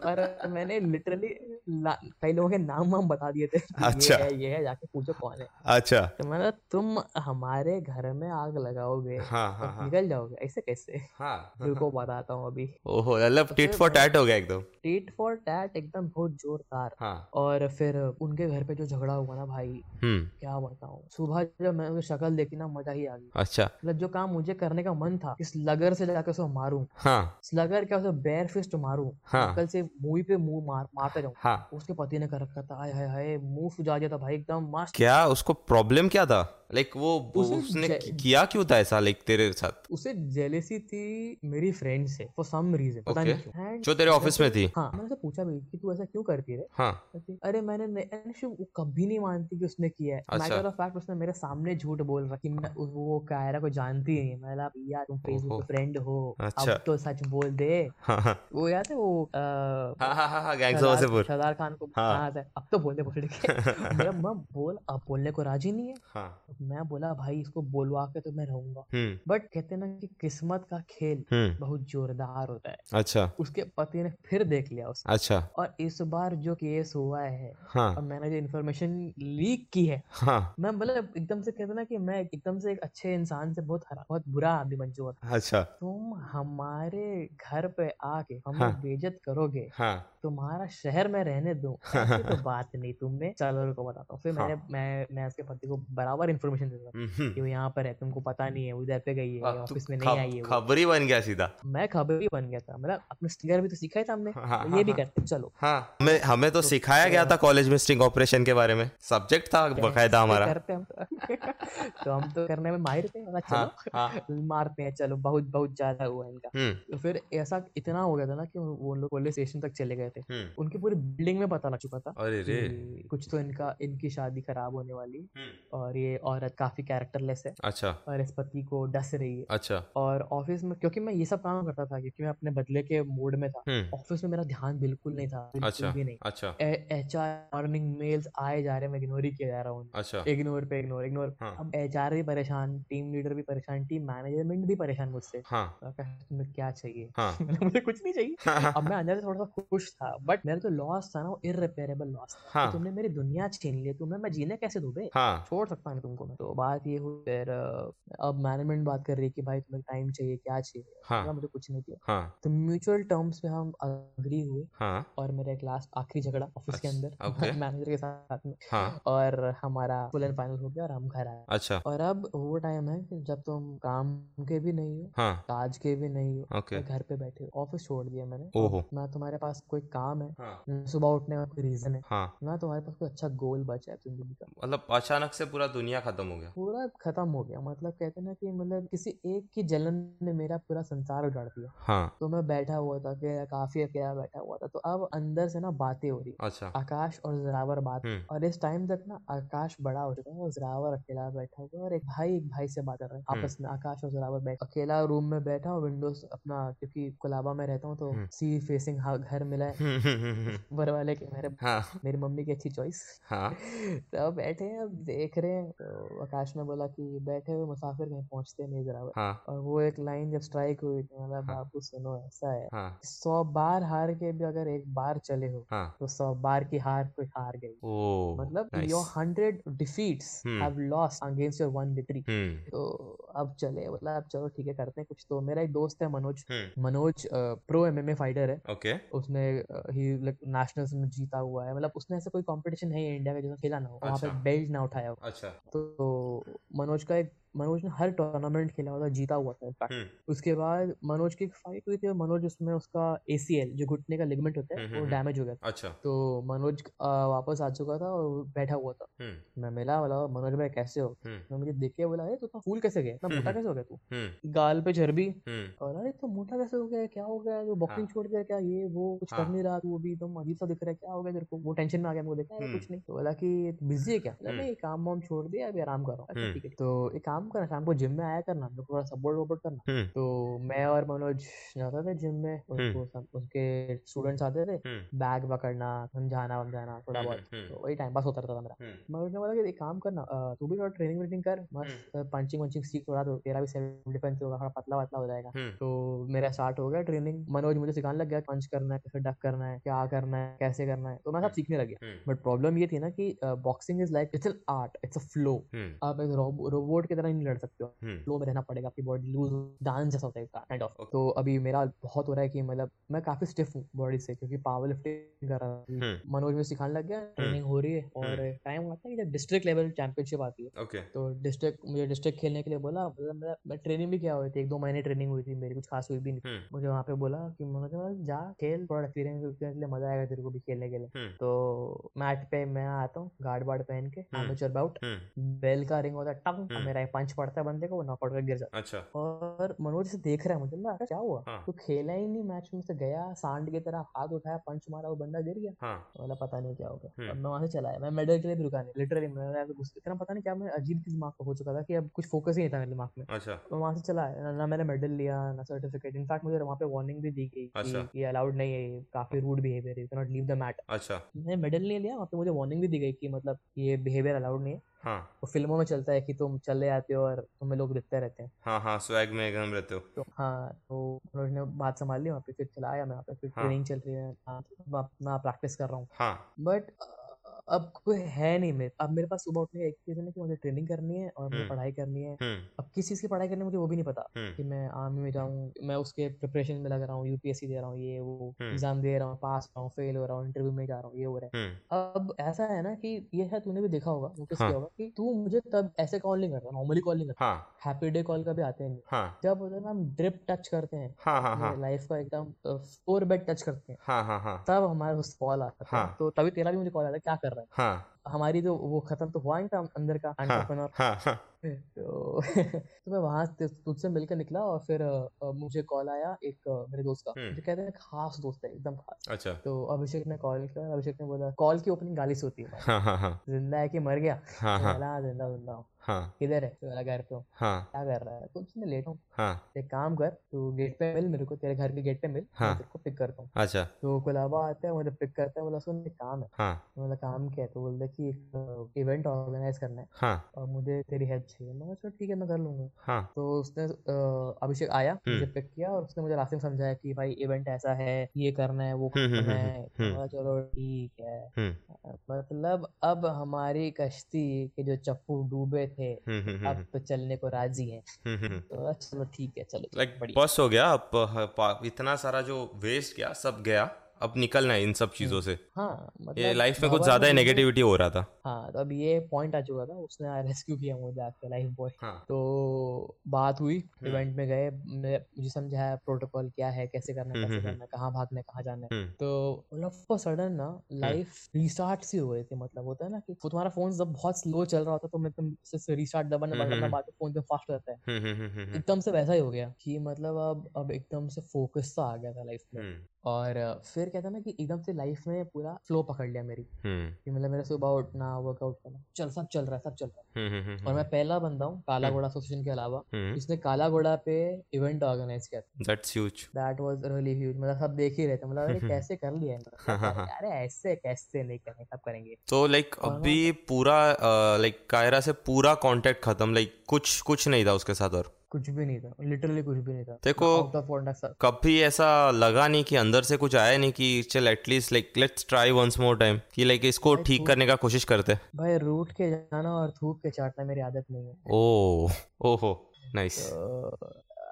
Speaker 2: और मैंने लिटरली कई लोगों के नाम वाम बता दिए थे कि
Speaker 1: अच्छा।
Speaker 2: ये है ये है जाके पूछो कौन है
Speaker 1: अच्छा
Speaker 2: तो मैंने कहा, तुम हमारे घर में आग लगाओगे
Speaker 1: हाँ
Speaker 2: और
Speaker 1: हाँ हाँ
Speaker 2: निकल जाओगे ऐसे कैसे
Speaker 1: हाँ
Speaker 2: रुको बताता हूँ अभी
Speaker 1: ओहो मतलब टिट फॉर टैट हो गया एकदम
Speaker 2: टेट फॉर टैट एकदम बहुत जोरदार
Speaker 1: हाँ
Speaker 2: और फिर उनके घर पे जो झगड़ा हुआ ना भाई
Speaker 1: हम्म
Speaker 2: क्या बताऊँ सुबह जब मैंने उनकी शक्ल देखी ना मजा ही आ गई
Speaker 1: अच्छा
Speaker 2: मतलब जो काम मुझे करने का मन था इस लगर से जाकर उसको मारूं
Speaker 1: हाँ
Speaker 2: स्लगर क्या उसे बेयर फिस्ट मारूं
Speaker 1: हाँ।
Speaker 2: शक्ल से मुंह पे मुंह मार मारता जाऊं
Speaker 1: हाँ
Speaker 2: उसके पति ने कर रखा था आय हाय हाय मुंह सुजा गया था भाई एकदम मस्त
Speaker 1: क्या उसको प्रॉब्लम क्या था लाइक वो
Speaker 2: उसे
Speaker 1: उसने
Speaker 2: जै-
Speaker 1: कि- किया क्यों था ऐसा लाइक तेरे साथ
Speaker 2: उसे जेलेसी थी मेरी फ्रेंड से फॉर सम रीजन पता
Speaker 1: Okay.
Speaker 2: नहीं क्यों And
Speaker 1: जो तेरे ऑफिस में थी
Speaker 2: हाँ मैंने उसे पूछा भी कि तू ऐसा क्यों करती है
Speaker 1: हाँ
Speaker 2: कहती, अरे मैंने नहीं- अरे शिव वो कभी नहीं मानती कि उसने किया है
Speaker 1: अच्छा।
Speaker 2: मैटर ऑफ फैक्ट उसने मेरे सामने झूठ बोल रहा कि मैं उस- वो कायरा को जानती ही नहीं मैं बोला, भैया तुम फेसबुक
Speaker 1: ओहो।
Speaker 2: पे फ्रेंड हो
Speaker 1: अच्छा।
Speaker 2: अब तो सच बोल दे
Speaker 1: हाँ हाँ
Speaker 2: वो याद है वो अ,
Speaker 1: हाँ हाँ हाँ हाँ गैंग्स ऑफ
Speaker 2: सरदार
Speaker 1: वासेपुर
Speaker 2: सरदार खान को
Speaker 1: हाँ।
Speaker 2: हाँ सर, अब तो बोलने बोल के मैं मैं बोल अब बोलने को राजी नहीं है
Speaker 1: [LAUGHS] हाँ
Speaker 2: मैं बोला भाई इसको बोलवा के तो मैं रहूंगा
Speaker 1: हम्म
Speaker 2: बट कहते हैं ना कि किस्मत का खेल
Speaker 1: हम्म
Speaker 2: बहुत जोरदार होता है
Speaker 1: अच्छा
Speaker 2: उसके पति ने फिर देख लिया उसको
Speaker 1: अच्छा
Speaker 2: और इस बार जो केस हुआ है
Speaker 1: हाँ
Speaker 2: और मैंने जो इन्फॉर्मेशन लीक की है
Speaker 1: हाँ
Speaker 2: मैं मतलब एकदम से कहते हैं ना कि मैं एकदम से एक अच्छे इंसान से बहुत हरा बहुत बुरा आदमी बन चुका था।
Speaker 1: अच्छा
Speaker 2: तुम हमारे घर पे आके हमें
Speaker 1: हाँ।
Speaker 2: बेइज्जत करोगे
Speaker 1: हाँ
Speaker 2: तुम्हारा शहर में रहने दो ऐसी [LAUGHS]
Speaker 1: [LAUGHS]
Speaker 2: तो बात नहीं तुमने चलो रुको बताता हूँ फिर
Speaker 1: हाँ।
Speaker 2: मैंने मैं मैं उसके पति को बराबर इन्फॉर्मेशन देता था
Speaker 1: हम्म
Speaker 2: कि वो यहाँ पर है तुमको पता नहीं है वो इधर पे गई है
Speaker 1: अब तू
Speaker 2: ऑफिस में नहीं
Speaker 1: हम्म। हाँ, खब-
Speaker 2: आई है वो
Speaker 1: खबर ही बन गया सीधा
Speaker 2: मैं खबर ही बन गया था मतलब अपने स्टिंगर भी तो सीखा ही था हमने
Speaker 1: हाँ,
Speaker 2: तो
Speaker 1: हाँ,
Speaker 2: ये भी
Speaker 1: हाँ।
Speaker 2: करते चलो
Speaker 1: हाँ हमें हमें तो
Speaker 2: तो-
Speaker 1: सिखाया गया था कॉलेज में स्ट्रिंग ऑपरेशन के बारे में सब्जेक्ट था
Speaker 2: कैसे
Speaker 1: तो बकायदा हमारा
Speaker 2: करते हम तो, तो [LAUGHS] हम तो करने में माहिर थे बोला,
Speaker 1: हाँ हाँ
Speaker 2: चलो मारते हैं चलो बहुत बहुत ज्यादा हुआ इनका
Speaker 1: हम्म
Speaker 2: तो फिर ऐसा इतना हो गया था ना कि वो वो लोग पुलिस स्टेशन तक चले गए थे
Speaker 1: हम्म
Speaker 2: उनकी पूरी बिल्डिंग में पता लग चुका था
Speaker 1: अरे रे
Speaker 2: कि कुछ तो इनका इनकी शादी खराब होने वाली
Speaker 1: हम्म,
Speaker 2: और ये औरत काफी कैरेक्टरलेस है
Speaker 1: अच्छा
Speaker 2: और इस पति को डस रही है
Speaker 1: अच्छा
Speaker 2: और ऑफिस में क्योंकि मैं ये सब काम करता था क्योंकि मैं अपने बदले के मूड में था
Speaker 1: हम्म
Speaker 2: ऑफिस में मेरा ध्यान बिल्कुल नहीं था बिल्कुल
Speaker 1: अच्छा
Speaker 2: भी नहीं
Speaker 1: अच्छा
Speaker 2: एच आर मॉर्निंग मेल्स आए जा रहे हैं मैं इग्नोर ही किया जा रहा हूँ
Speaker 1: अच्छा
Speaker 2: इग्नोर पे इग्नोर इग्नोर
Speaker 1: हाँ।
Speaker 2: अब एच आर भी परेशान टीम लीडर भी परेशान टीम मैनेजमेंट भी परेशान मुझसे
Speaker 1: हाँ
Speaker 2: मैं कहा, तुम्हें क्या चाहिए [LAUGHS]
Speaker 1: हाँ
Speaker 2: मैंने बोला, मुझे कुछ नहीं चाहिए
Speaker 1: हाँ
Speaker 2: अब मैं अंदर से थोड़ा सा खुश था बट मेरा जो लॉस था ना वो इररिपेयरेबल लॉस था
Speaker 1: हाँ।
Speaker 2: कि तुमने मेरी दुनिया छीन ली है, तुम्हें मैं जीने कैसे दूँ बे
Speaker 1: हाँ
Speaker 2: छोड़ सकता हूँ तुमको को मैं तो बात ये हुई फिर अ, अब मैनेजमेंट बात कर रही है कि भाई तुम्हें टाइम चाहिए क्या चाहिए
Speaker 1: हाँ
Speaker 2: ना मुझे कुछ नहीं दिया
Speaker 1: हाँ
Speaker 2: तो म्यूचुअल टर्म्स पे हम अग्री हुए
Speaker 1: हाँ
Speaker 2: और मेरा एक लास्ट आखिरी झगड़ा ऑफिस के
Speaker 1: अच्छा, okay.
Speaker 2: [LAUGHS] अंदर मैनेजर के साथ में
Speaker 1: हाँ
Speaker 2: और हमारा फुल एंड फाइनल हो गया और हम घर आए
Speaker 1: अच्छा
Speaker 2: और अब वो टाइम है कि जब तुम काम के भी नहीं हो
Speaker 1: हाँ
Speaker 2: काज के भी नहीं हो
Speaker 1: ओके
Speaker 2: घर पे बैठे हो ऑफिस छोड़ दिया मैंने
Speaker 1: ओहो
Speaker 2: ना तुम्हारे पास कोई काम है
Speaker 1: हाँ
Speaker 2: ना सुबह उठने का कोई रीजन है
Speaker 1: हाँ
Speaker 2: ना तुम्हारे पास कोई अच्छा गोल बचा है जिंदगी का
Speaker 1: मतलब अचानक से पूरा दुनिया खत्म हो गया
Speaker 2: पूरा खत्म हो गया मतलब कहते हैं ना कि मतलब किसी एक की जलन ने मेरा पूरा संसार उजाड़ दिया
Speaker 1: हाँ
Speaker 2: तो मैं बैठा हुआ था अकेला काफी अकेला बैठा हुआ था तो अब अंदर से ना बातें हो रही
Speaker 1: अच्छा
Speaker 2: आकाश और जरावर बात
Speaker 1: हम्म
Speaker 2: और इस टाइम तक ना आकाश बड़ा हो चुका है और जरावर अकेला बैठा हुआ है और एक भाई एक भाई से बात कर रहा है आपस में आकाश और जरावर बैठ अकेला रूम में बैठा और विंडोज अपना क्योंकि कोलाबा में रहता हूँ तो
Speaker 1: हम्म।
Speaker 2: सी फेसिंग घर मिला है
Speaker 1: हम्म, हम्म, हम्म, हम्म,
Speaker 2: ऊपर वाले के मेरे
Speaker 1: हाँ
Speaker 2: मेरी मम्मी की अच्छी चॉइस
Speaker 1: हाँ
Speaker 2: तो अब बैठे हैं अब देख रहे हैं तो आकाश ने बोला कि बैठे हुए मुसाफिर कहीं पहुंचते नहीं जरावर
Speaker 1: हाँ
Speaker 2: और वो एक लाइन जब स्ट्राइक हुई तो बोला
Speaker 1: हाँ।
Speaker 2: बाबू सुनो ऐसा है
Speaker 1: हाँ
Speaker 2: सौ बार हार के भी अगर एक बार चले हो
Speaker 1: हाँ
Speaker 2: तो सौ बार की हार कोई हार गई
Speaker 1: ओ
Speaker 2: मतलब
Speaker 1: nice.
Speaker 2: Your hundred defeats
Speaker 1: hmm.
Speaker 2: Have lost against your one victory
Speaker 1: hmm
Speaker 2: तो अब चले मतलब अब चलो ठीक है करते हैं कुछ तो मेरा एक दोस्त है मनोज
Speaker 1: हम्म
Speaker 2: मनोज प्रो एमएमए फाइटर है
Speaker 1: ओके
Speaker 2: उसने ही लाइक नेशनल्स में जीता हुआ है मतलब उसने ऐसा कोई कंपटीशन है ही इंडिया में जिसमें खेला ना हो वहाँ पे
Speaker 1: अच्छा।
Speaker 2: बेल्ट ना उठाया हो
Speaker 1: अच्छा
Speaker 2: तो मनोज का एक मनोज ने हर टूर्नामेंट खेला हुआ था जीता हुआ था इनफैक्ट
Speaker 1: हम्म
Speaker 2: उसके बाद मनोज की एक फाइट हुई थी और मनोज उसमें उसका एसीएल जो घुटने का लिगमेंट होता है
Speaker 1: हम्म,
Speaker 2: वो
Speaker 1: हम्म,
Speaker 2: डैमेज हो गया था
Speaker 1: अच्छा
Speaker 2: तो मनोज अ, वापस आ चुका था और वो बैठा हुआ था
Speaker 1: हम्म
Speaker 2: मैं मिला बोला मनोज भाई कैसे हो
Speaker 1: हम्म
Speaker 2: मैं मुझे देख के बोला अरे तू इतना फूल कैसे गया इतना मोटा कैसे हो गया तू
Speaker 1: हम्म
Speaker 2: गाल पे चर्बी
Speaker 1: हम्म
Speaker 2: और अरे तो मोटा कैसे हो गया क्या हो गया जो बॉक्सिंग
Speaker 1: हाँ।
Speaker 2: छोड़ दिया क्या ये वो कुछ
Speaker 1: हाँ।
Speaker 2: कर नहीं रहा तू अभी एकदम अजीब सा दिख रहा है क्या हो गया तेरे को वो टेंशन में आ गया मेरे को देखा अरे
Speaker 1: हम्म।
Speaker 2: कुछ नहीं तो बोला कि बिजी है क्या बोला
Speaker 1: हम्म।
Speaker 2: नहीं काम वाम छोड़ दिया अभी आराम कर रहा हूँ अच्छा
Speaker 1: हम्म।
Speaker 2: ठीक है तो एक काम करना शाम को जिम में आया करना मेरे को थोड़ा सपोर्ट वपोर्ट करना
Speaker 1: हम्म
Speaker 2: तो मैं और मनोज जाते थे जिम में उनको सब उसके स्टूडेंट्स आते थे
Speaker 1: हम्म
Speaker 2: बैग पकड़ना समझाना वमझाना थोड़ा
Speaker 1: हम्म,
Speaker 2: बहुत
Speaker 1: हम्म,
Speaker 2: तो वही टाइम पास होता रहता था मेरा
Speaker 1: हम्म,
Speaker 2: मगर उसने बोला कि एक काम करना अ, तू भी थोड़ा ट्रेनिंग वेनिंग कर मस्त
Speaker 1: हम्म।
Speaker 2: पंचिंग वंचिंग सीख थोड़ा तो तेरा भी सेल्फ डिफेंस होगा थोड़ा पतला पतला हो जाएगा
Speaker 1: हम्म,
Speaker 2: तो मेरा स्टार्ट हो गया ट्रेनिंग मनोज मुझे सिखाने लग गया पंच करना है कैसे डक करना है क्या करना है कैसे करना है तो मैं सब
Speaker 1: हम्म,
Speaker 2: सीखने लग गया
Speaker 1: हम्म,
Speaker 2: बट प्रॉब्लम ये थी ना कि boxing is like it's an art it's a flow
Speaker 1: hmm,
Speaker 2: आप एक रोबोट की तरह नहीं लड़ सकते हो
Speaker 1: हम्म,
Speaker 2: फ्लो में रहना पड़ेगा आपकी बॉडी लूज डांस जैसा होता है काइंड ऑफ
Speaker 1: Okay.
Speaker 2: तो अभी मेरा बहुत हो रहा है कि मतलब मैं काफी स्टिफ हूँ बॉडी से क्योंकि पावर लिफ्टिंग कर रहा था
Speaker 1: हम्म,
Speaker 2: मनोज मुझे सिखाने लग गया ट्रेनिंग हो रही है और टाइम आता है कि जब डिस्ट्रिक्ट लेवल चैंपियनशिप आती है
Speaker 1: Okay.
Speaker 2: तो डिस्ट्रिक्ट मुझे डिस्ट्रिक्ट खेलने के लिए बोला मतलब मैं, मैं ट्रेनिंग भी किया हुई थी एक दो महीने ट्रेनिंग हुई थी मेरी कुछ खास हुई भी नहीं
Speaker 1: हम्म,
Speaker 2: मुझे वहाँ पे बोला कि मनोज ने बोला, जा खेल थोड़ा एक्सपीरियंस एक्सपीरियंस लिए मजा आएगा तेरे को भी खेलने के लिए
Speaker 1: हम्म,
Speaker 2: तो मैट पे मैं आता हूँ गार्ड वार्ड पहन के
Speaker 1: हम्म,
Speaker 2: एमेचर बाउट
Speaker 1: हम्म,
Speaker 2: बेल का रिंग होता है टंग और
Speaker 1: हम्म।
Speaker 2: मेरा पंच पड़ता है बंदे को वो नॉकआउट होकर गिर जाता है
Speaker 1: अच्छा
Speaker 2: और मनोज से देख रहा है मुझे ना क्या हुआ
Speaker 1: हाँ
Speaker 2: तो खेला ही नहीं मैच में से गया सांड की तरह हाथ उठाया पंच मारा वो बंदा गिर गया
Speaker 1: हाँ
Speaker 2: बोला तो पता नहीं क्या हो गया
Speaker 1: हम्म।
Speaker 2: अब मैं वहां से चला आया मैं मेडल के लिए भी रुका नहीं लिटरली मैं ऐसे घुस इतना पता नहीं क्या मैं अजीब सी दिमाग का हो चुका था कि अब कुछ फोकस ही नहीं था मेरे दिमाग में तो
Speaker 1: अच्छा
Speaker 2: मैं वहां से चला आया ना- ना मैंने मेडल लिया ना सर्टिफिकेट इनफैक्ट मुझे वहां पे वार्निंग भी दी गई
Speaker 1: अच्छा।
Speaker 2: कि ये अलाउड नहीं है ये काफी rude behaviour you not leave the mat
Speaker 1: अच्छा
Speaker 2: मैंने मेडल नहीं लिया वहां पे मुझे वार्निंग भी दी गई कि मतलब ये बिहेवियर अलाउड नहीं है
Speaker 1: हाँ
Speaker 2: वो फिल्मों में चलता है कि तुम चले जाते हो और तुम्हें लोग देखते रहते हैं
Speaker 1: हाँ हाँ स्वैग में एकदम रहते हो
Speaker 2: तो हाँ तो उन्होंने बात संभाल ली वहाँ पे फिर चलाया मैं वहाँ पे फिर
Speaker 1: हाँ।
Speaker 2: ट्रेनिंग चल रही है हाँ, मैं अपना प्रैक्टिस कर रहा हूँ
Speaker 1: हाँ
Speaker 2: बट अब कोई है नहीं मेरे अब मेरे पास सुबह उठने का एक रीज़न है कि मुझे ट्रेनिंग करनी है और मुझे
Speaker 1: हम्म,
Speaker 2: पढ़ाई करनी है
Speaker 1: हम्म,
Speaker 2: अब किस चीज़ की पढ़ाई करनी है मुझे वो भी नहीं पता
Speaker 1: हम्म,
Speaker 2: कि मैं आर्मी में जाऊँ मैं उसके प्रिपरेशन में लग रहा हूँ यूपीएससी दे रहा हूँ ये वो
Speaker 1: हम्म,
Speaker 2: एग्ज़ाम दे रहा हूँ पास हो रहा हूँ फेल हो रहा हूँ इंटरव्यू में जा रहा हूँ ये हो रहा है
Speaker 1: हम्म,
Speaker 2: अब ऐसा है ना कि ये है तूने भी देखा होगा नोटिस
Speaker 1: हाँ
Speaker 2: किया होगा कि तू मुझे तब ऐसे कॉल नहीं करता नॉर्मली कॉल नहीं करता
Speaker 1: हाँ
Speaker 2: हैप्पी डे कॉल कभी आते नहीं
Speaker 1: हाँ
Speaker 2: जब होता है ना हम ड्रिप टच करते हैं
Speaker 1: हाँ हाँ हाँ
Speaker 2: अपने लाइफ का एकदम फोर बेड टच करते हैं
Speaker 1: हाँ हाँ हाँ
Speaker 2: तब हमारे उस कॉल आता है
Speaker 1: हाँ।
Speaker 2: तो तभी तेरा भी मुझे कॉल आता है क्या कर रहा
Speaker 1: हाँ
Speaker 2: है हमारी तो वो खत्म तो हुआ नहीं था अंदर का
Speaker 1: हाँ
Speaker 2: एंटरप्रेन्योर
Speaker 1: हाँ हाँ
Speaker 2: तो [LAUGHS] तो मैं वहां से तुझसे मिलकर निकला और फिर अ, अ, मुझे कॉल आया एक अ, मेरे दोस्त का
Speaker 1: हम्म,
Speaker 2: जो कहते हैं खास दोस्त है एकदम खास
Speaker 1: अच्छा
Speaker 2: तो अभिषेक ने कॉल किया और अभिषेक ने बोला कॉल की ओपनिंग गाली से होती है हमारी
Speaker 1: हाँ हाँ हाँ
Speaker 2: जिंदा है कि मर गया
Speaker 1: हाँ
Speaker 2: तो
Speaker 1: हाँ
Speaker 2: बोला "हाँ, जिंदा जिंदा हूँ
Speaker 1: हाँ
Speaker 2: किधर है तो बोला घर पे हूँ
Speaker 1: हाँ
Speaker 2: क्या कर रहा है कुछ नहीं लेटा हूँ
Speaker 1: हाँ
Speaker 2: एक काम कर तू गेट पे मिल मेरे को तेरे घर के गेट पे मिल मैं
Speaker 1: हाँ
Speaker 2: तेरे को पिक करता हूँ
Speaker 1: अच्छा
Speaker 2: तो कोलाबा आता है मुझे पिक करता है बोला सुन एक काम है
Speaker 1: हाँ
Speaker 2: बोला काम क्या है तो बोलता है कि एक इवेंट ऑर्गेनाइज करना है
Speaker 1: हाँ
Speaker 2: और मुझे तेरी हेल्प चाहिए मैं बोला, चल ठीक है मैं कर लूंगा
Speaker 1: हाँ
Speaker 2: तो उसने अ, अभिषेक आया मुझे
Speaker 1: हम्म,
Speaker 2: पिक किया और उसने मुझे रास्ते में समझाया कि भाई इवेंट ऐसा है ये करना है वो
Speaker 1: हम्म, हम्म,
Speaker 2: करना
Speaker 1: हम्म,
Speaker 2: है मैं
Speaker 1: हम्म,
Speaker 2: बोला चलो ठीक है
Speaker 1: हम्म,
Speaker 2: मतलब अब हमारी कश्ती के जो चप्पू डूबे थे
Speaker 1: हम्म,
Speaker 2: अब तो चलने को राजी हैं तो चलो ठीक है चलो
Speaker 1: लाइक
Speaker 2: बढ़िया
Speaker 1: बस हो गया अब ह- पा- इतना सारा जो वेस्ट गया सब गया अब निकलना है इन सब चीजों से
Speaker 2: हाँ मतलब
Speaker 1: ये लाइफ में कुछ
Speaker 2: बाबा
Speaker 1: ज्यादा ही
Speaker 2: ने-
Speaker 1: नेगेटिविटी हो रहा था
Speaker 2: हाँ तो अब ये पॉइंट आ चुका था उसने रेस्क्यू किया मुझे आपका लाइफ बॉय
Speaker 1: हाँ
Speaker 2: तो बात हुई
Speaker 1: हम्म।
Speaker 2: इवेंट में गए मैं- मुझे समझाया प्रोटोकॉल क्या है कैसे करना है
Speaker 1: हम्म,
Speaker 2: कैसे
Speaker 1: हम्म,
Speaker 2: करना है कहाँ भागना है कहाँ जाना है
Speaker 1: हम्म।
Speaker 2: तो ऑफ सडन ना लाइफ रिस्टार्ट सी हो गई थी मतलब होता है ना कि वो तुम्हारा फोन जब बहुत स्लो चल रहा होता है तो मैं तुम से रिस्टार्ट दबाना
Speaker 1: हम्म,
Speaker 2: दबाना
Speaker 1: हम्म।
Speaker 2: बाद फोन जब फास्ट हो जाता है
Speaker 1: हम्म, हम्म, हम्म, हम्म,
Speaker 2: एकदम से वैसा ही हो गया कि मतलब अब अब एकदम से फोकस सा आ गया था लाइफ में
Speaker 1: हम्म,
Speaker 2: और अ, फिर कहता ना कि एकदम से लाइफ में पूरा फ्लो पकड़ लिया मेरी
Speaker 1: हम्म,
Speaker 2: कि मतलब मेरा सुबह उठना वर्कआउट करना चल सब चल रहा है सब चल रहा है
Speaker 1: हम्म, हम्म, हम्म,
Speaker 2: और मैं पहला बंदा हूँ काला घोड़ा एसोसिएशन के अलावा
Speaker 1: हम्म,
Speaker 2: इसने काला घोड़ा पे इवेंट ऑर्गेनाइज किया
Speaker 1: that's huge.
Speaker 2: That was really huge मतलब सब देख ही रहे थे मतलब अरे कैसे कर लिया इन्होंने? मतलब
Speaker 1: हाँ, हाँ,
Speaker 2: अरे- अरे ऐसे कैसे नहीं करेंगे सब करेंगे
Speaker 1: तो लाइक
Speaker 2: और
Speaker 1: अभी पूरा लाइक कायरा से पूरा कांटेक्ट खत्म लाइक कुछ कुछ नहीं था उसके साथ और
Speaker 2: कुछ भी नहीं था लिटरली कुछ भी नहीं था
Speaker 1: देखो,
Speaker 2: आउट ऑफ कॉन्टेक्ट
Speaker 1: कभी ऐसा लगा नहीं कि अंदर से कुछ आया नहीं कि चल at least like let's try once more time कि लाइक इसको ठीक करने का कोशिश करते
Speaker 2: भाई रूट के जाना और थूक के चाटना मेरी आदत नहीं है
Speaker 1: ओ ओहो नाइस
Speaker 2: तो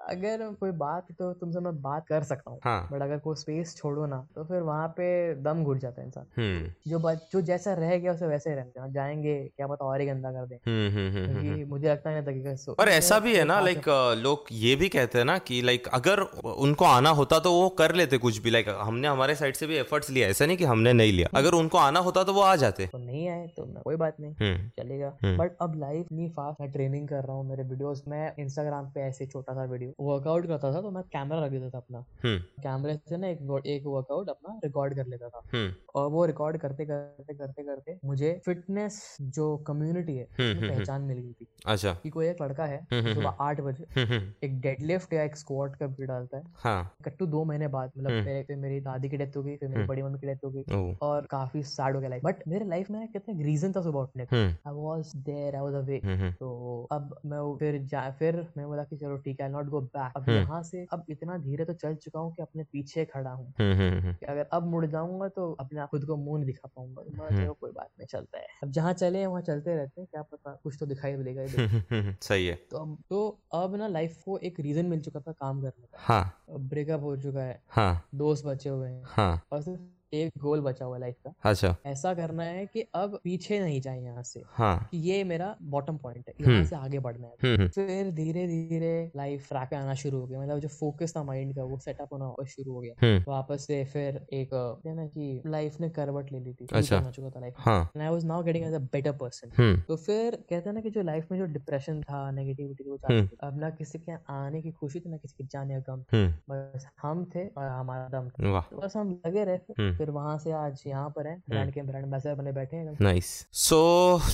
Speaker 2: अगर कोई बात तो तुमसे मैं बात कर सकता हूँ
Speaker 1: हाँ
Speaker 2: बट अगर कोई स्पेस छोड़ो ना तो फिर वहां पे दम घुट जाता है इंसान
Speaker 1: हम्म
Speaker 2: जो बात जो जैसा रह गया उसे वैसे ही रहने देना जाएंगे क्या पता और ही गंदा कर दें
Speaker 1: हम्म हम्म हम्म, हम्म हम्म।
Speaker 2: क्योंकि मुझे लगता नहीं था कि कैसे-
Speaker 1: पर ऐसा भी है ना
Speaker 2: बात
Speaker 1: लाइक लोग ये भी कहते हैं ना कि लाइक अगर उनको आना होता तो वो कर लेते कुछ भी लाइक हमने हमारे साइड से भी एफर्ट्स लिया ऐसा नहीं कि हमने नहीं लिया अगर उनको आना होता तो वो आ जाते
Speaker 2: को नहीं आए तो मैं कोई बात नहीं
Speaker 1: हम्म
Speaker 2: चलेगा
Speaker 1: हम्म।
Speaker 2: बट अब लाइफ इतनी फास्ट मैं ट्रेनिंग कर रहा हूँ मेरे वीडियोस मैं इंस्टाग्राम पे ऐसे छोटा सा वीडियो वर्कआउट करता था तो मैं कैमरा रख देता था अपना
Speaker 1: हम्म
Speaker 2: कैमरे से ना एक वो- एक वर्कआउट अपना रिकॉर्ड कर लेता था
Speaker 1: हम्म
Speaker 2: और वो रिकॉर्ड करते करते करते करते मुझे फिटनेस जो कम्युनिटी है
Speaker 1: हम्म,
Speaker 2: उसमें
Speaker 1: हम्म,
Speaker 2: पहचान मिल गई थी
Speaker 1: अच्छा
Speaker 2: कि कोई एक लड़का है
Speaker 1: हम्म, हम्म,
Speaker 2: सुबह आठ बजे
Speaker 1: हम्म हम्म,
Speaker 2: एक डेडलिफ्ट या एक स्क्वाट का वीडियो डालता है
Speaker 1: हाँ
Speaker 2: कट्टू दो महीने बाद
Speaker 1: हम्म।
Speaker 2: मतलब मेरे फिर मेरी दादी की डेथ हो गई फिर मेरी
Speaker 1: हम्म।
Speaker 2: बड़ी मम्मी की डेथ हो गई
Speaker 1: ओ
Speaker 2: और काफी सैड हो गया लाइफ बट मेरे लाइफ में कितने रीजन था सुबह उठने का
Speaker 1: हम्म
Speaker 2: I was there I was away
Speaker 1: हम्म हम्म,
Speaker 2: तो अब मैं वो फिर जा फिर मैं बोला कि चलो ठीक है नॉट गो बैक अब
Speaker 1: हम्म।
Speaker 2: यहाँ से अब इतना धीरे तो चल चुका हूँ कि अपने पीछे खड़ा हूँ
Speaker 1: हम्म हम्म, हम्म
Speaker 2: कि अगर अब मुड़ जाऊंगा तो अपने आप खुद को मुंह नहीं दिखा पाऊंगा तो बोला,
Speaker 1: हम्म।
Speaker 2: चलो कोई बात नहीं चलता है अब जहाँ चले वहाँ चलते रहते हैं क्या पता कुछ तो दिखाई मिलेगा ही
Speaker 1: हम्म, हम्म, हम्म, सही है
Speaker 2: तो अब तो अब ना लाइफ को एक रीजन मिल चुका था काम करने
Speaker 1: हाँ
Speaker 2: का ब्रेकअप हो चुका है
Speaker 1: हाँ
Speaker 2: दोस्त बचे हुए हैं
Speaker 1: हाँ
Speaker 2: और सिर्फ एक गोल बचा हुआ है लाइफ का
Speaker 1: अच्छा
Speaker 2: ऐसा करना है कि अब पीछे नहीं जाए यहाँ से
Speaker 1: हाँ
Speaker 2: कि ये मेरा बॉटम पॉइंट है
Speaker 1: हम्म।
Speaker 2: यहाँ से आगे बढ़ना है
Speaker 1: हम्म हम्म,
Speaker 2: फिर धीरे धीरे लाइफ ट्रैक पे आना शुरू हो गया मतलब जो फोकस था माइंड का वो सेटअप होना वापस शुरू हो गया
Speaker 1: हम्म
Speaker 2: वापस से फिर एक अ, कहते हैं ना कि लाइफ ने करवट ले ली थी
Speaker 1: अच्छा।
Speaker 2: हो चुका था लाइफ
Speaker 1: हाँ
Speaker 2: and I was now getting as a better person
Speaker 1: हम्म
Speaker 2: तो फिर कहते हैं ना कि जो लाइफ में जो डिप्रेशन था नेगेटिविटी वो
Speaker 1: हम्म।
Speaker 2: चाहती थी अब ना किसी के आने की खुशी थी ना किसी के जाने का गम
Speaker 1: हम्म
Speaker 2: बस हम थे और हमारा दम था
Speaker 1: वाह
Speaker 2: तो बस हम लगे रहे फिर,
Speaker 1: हम्म।
Speaker 2: फिर वहां से आज यहाँ पर है ब्रांड के ब्रांड एम्बेसडर बने बैठे हैं एकदम
Speaker 1: नाइस सो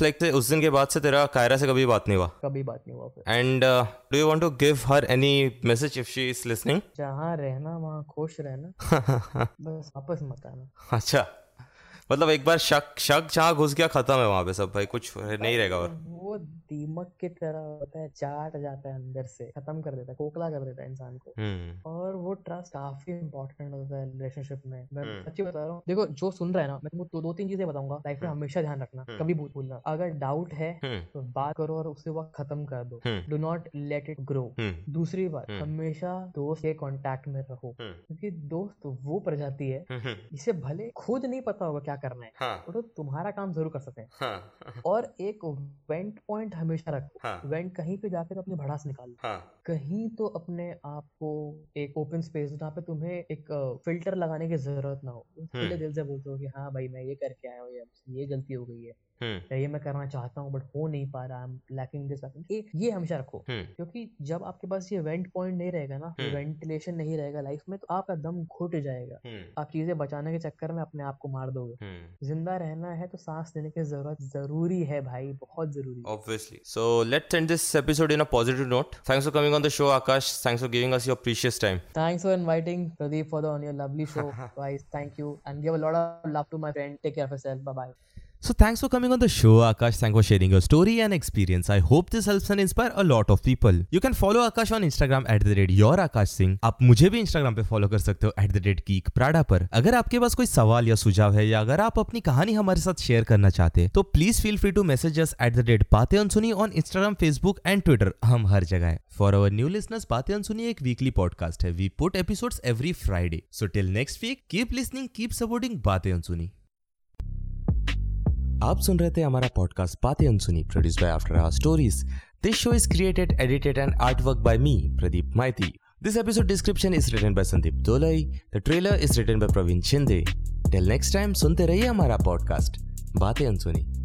Speaker 1: लाइक उस दिन के बाद से तेरा कायरा से कभी बात नहीं हुआ
Speaker 2: कभी बात नहीं हुआ फिर
Speaker 1: And uh, do you want to give her any message if she is listening? [LAUGHS]
Speaker 2: जहाँ रहना वहाँ खुश रहना बस वापस मत आना
Speaker 1: अच्छा मतलब एक बार शक शक जहाँ घुस गया खत्म है वहाँ पे सब भाई कुछ नहीं रहेगा और
Speaker 2: वो दीमक की तरह होता है चाट जाता है अंदर से खत्म कर देता है कोकला कर देता है इंसान को
Speaker 1: हम्म
Speaker 2: और वो ट्रस्ट काफी इंपॉर्टेंट होता है रिलेशनशिप में मैं
Speaker 1: हम्म।
Speaker 2: सच्ची बता रहा हूँ देखो जो सुन रहा है ना मैं तुमको दो दो तीन चीजें बताऊंगा लाइफ में
Speaker 1: हम्म।
Speaker 2: हमेशा ध्यान रखना
Speaker 1: हम्म।
Speaker 2: कभी भूल भूलना अगर डाउट है
Speaker 1: हम्म
Speaker 2: तो बात करो और उसके बाद खत्म कर दो
Speaker 1: हम्म
Speaker 2: do not let it grow
Speaker 1: हम्म
Speaker 2: दूसरी बात
Speaker 1: हम्म।
Speaker 2: हमेशा दोस्त के कांटेक्ट में रहो
Speaker 1: हम्म,
Speaker 2: क्योंकि दोस्त वो प्रजाति है
Speaker 1: हम्म,
Speaker 2: जिसे भले खुद नहीं पता होगा क्या करना है
Speaker 1: हाँ
Speaker 2: वो तो तुम्हारा काम जरूर कर सकते हैं
Speaker 1: हाँ हाँ,
Speaker 2: और एक वेंट पॉइंट हमेशा रखो
Speaker 1: हाँ
Speaker 2: वेंट कहीं पे जाकर अपनी भड़ास निकालो
Speaker 1: हाँ
Speaker 2: कहीं तो अपने आप को एक ओपन स्पेस जहाँ पे तुम्हें एक फिल्टर लगाने की जरूरत ना हो तुम खुले
Speaker 1: हम्म।
Speaker 2: दिल से बोलते हो कि हाँ भाई मैं ये करके आया हूँ ये ये गलती हो गई है
Speaker 1: हम्म
Speaker 2: या ये मैं करना चाहता हूँ बट हो नहीं पा रहा आई एम लैकिंग दिस ये ये हमेशा रखो
Speaker 1: हम्म
Speaker 2: क्योंकि जब आपके पास ये वेंट पॉइंट नहीं रहेगा ना
Speaker 1: हम्म।
Speaker 2: वेंटिलेशन नहीं रहेगा लाइफ में तो आपका दम घुट जाएगा
Speaker 1: हम्म
Speaker 2: आप चीजें बचाने के चक्कर में अपने आप को मार दोगे
Speaker 1: हम्म
Speaker 2: जिंदा रहना है तो सांस लेने की जरूरत जरूरी है भाई बहुत जरूरी है
Speaker 1: Obviously. So let's end this episode in a positive note. Thanks for coming on the show, Akash. Thanks for giving us your precious time.
Speaker 2: Thanks for inviting Pradeep for the on your lovely show, guys. Thank you, and give a lot of love to my friend. Take care of yourself. Bye bye.
Speaker 1: So thanks for coming on the show, Akash. Thanks for sharing your story and experience. I hope this helps and inspire a lot of people. You can follow Akash on Instagram at the rate your Akash Singh. आप मुझे भी Instagram पे follow कर सकते हो at the rate geek prada पर अगर आपके पास कोई सवाल या सुझाव है या अगर आप अपनी कहानी हमारे साथ शेयर करना चाहते हैं तो please feel free to message us at the rate Baatein Ansuni on Instagram Facebook and Twitter हम हर जगह है फॉर अवर न्यू लिसनर्स बातें अनसुनी एक वीकली पॉडकास्ट है we put episodes every Friday so till next week keep listening keep supporting बातें अनसुनी आप सुन रहे थे हमारा पॉडकास्ट बातें अनसुनी produce by after our stories this show is created edited and art work by me Pradeep Maity this episode description is written by Sandeep Dolai the trailer is written by Praveen Shinde till next time सुनते रहिए हमारा podcast बातें अनसुनी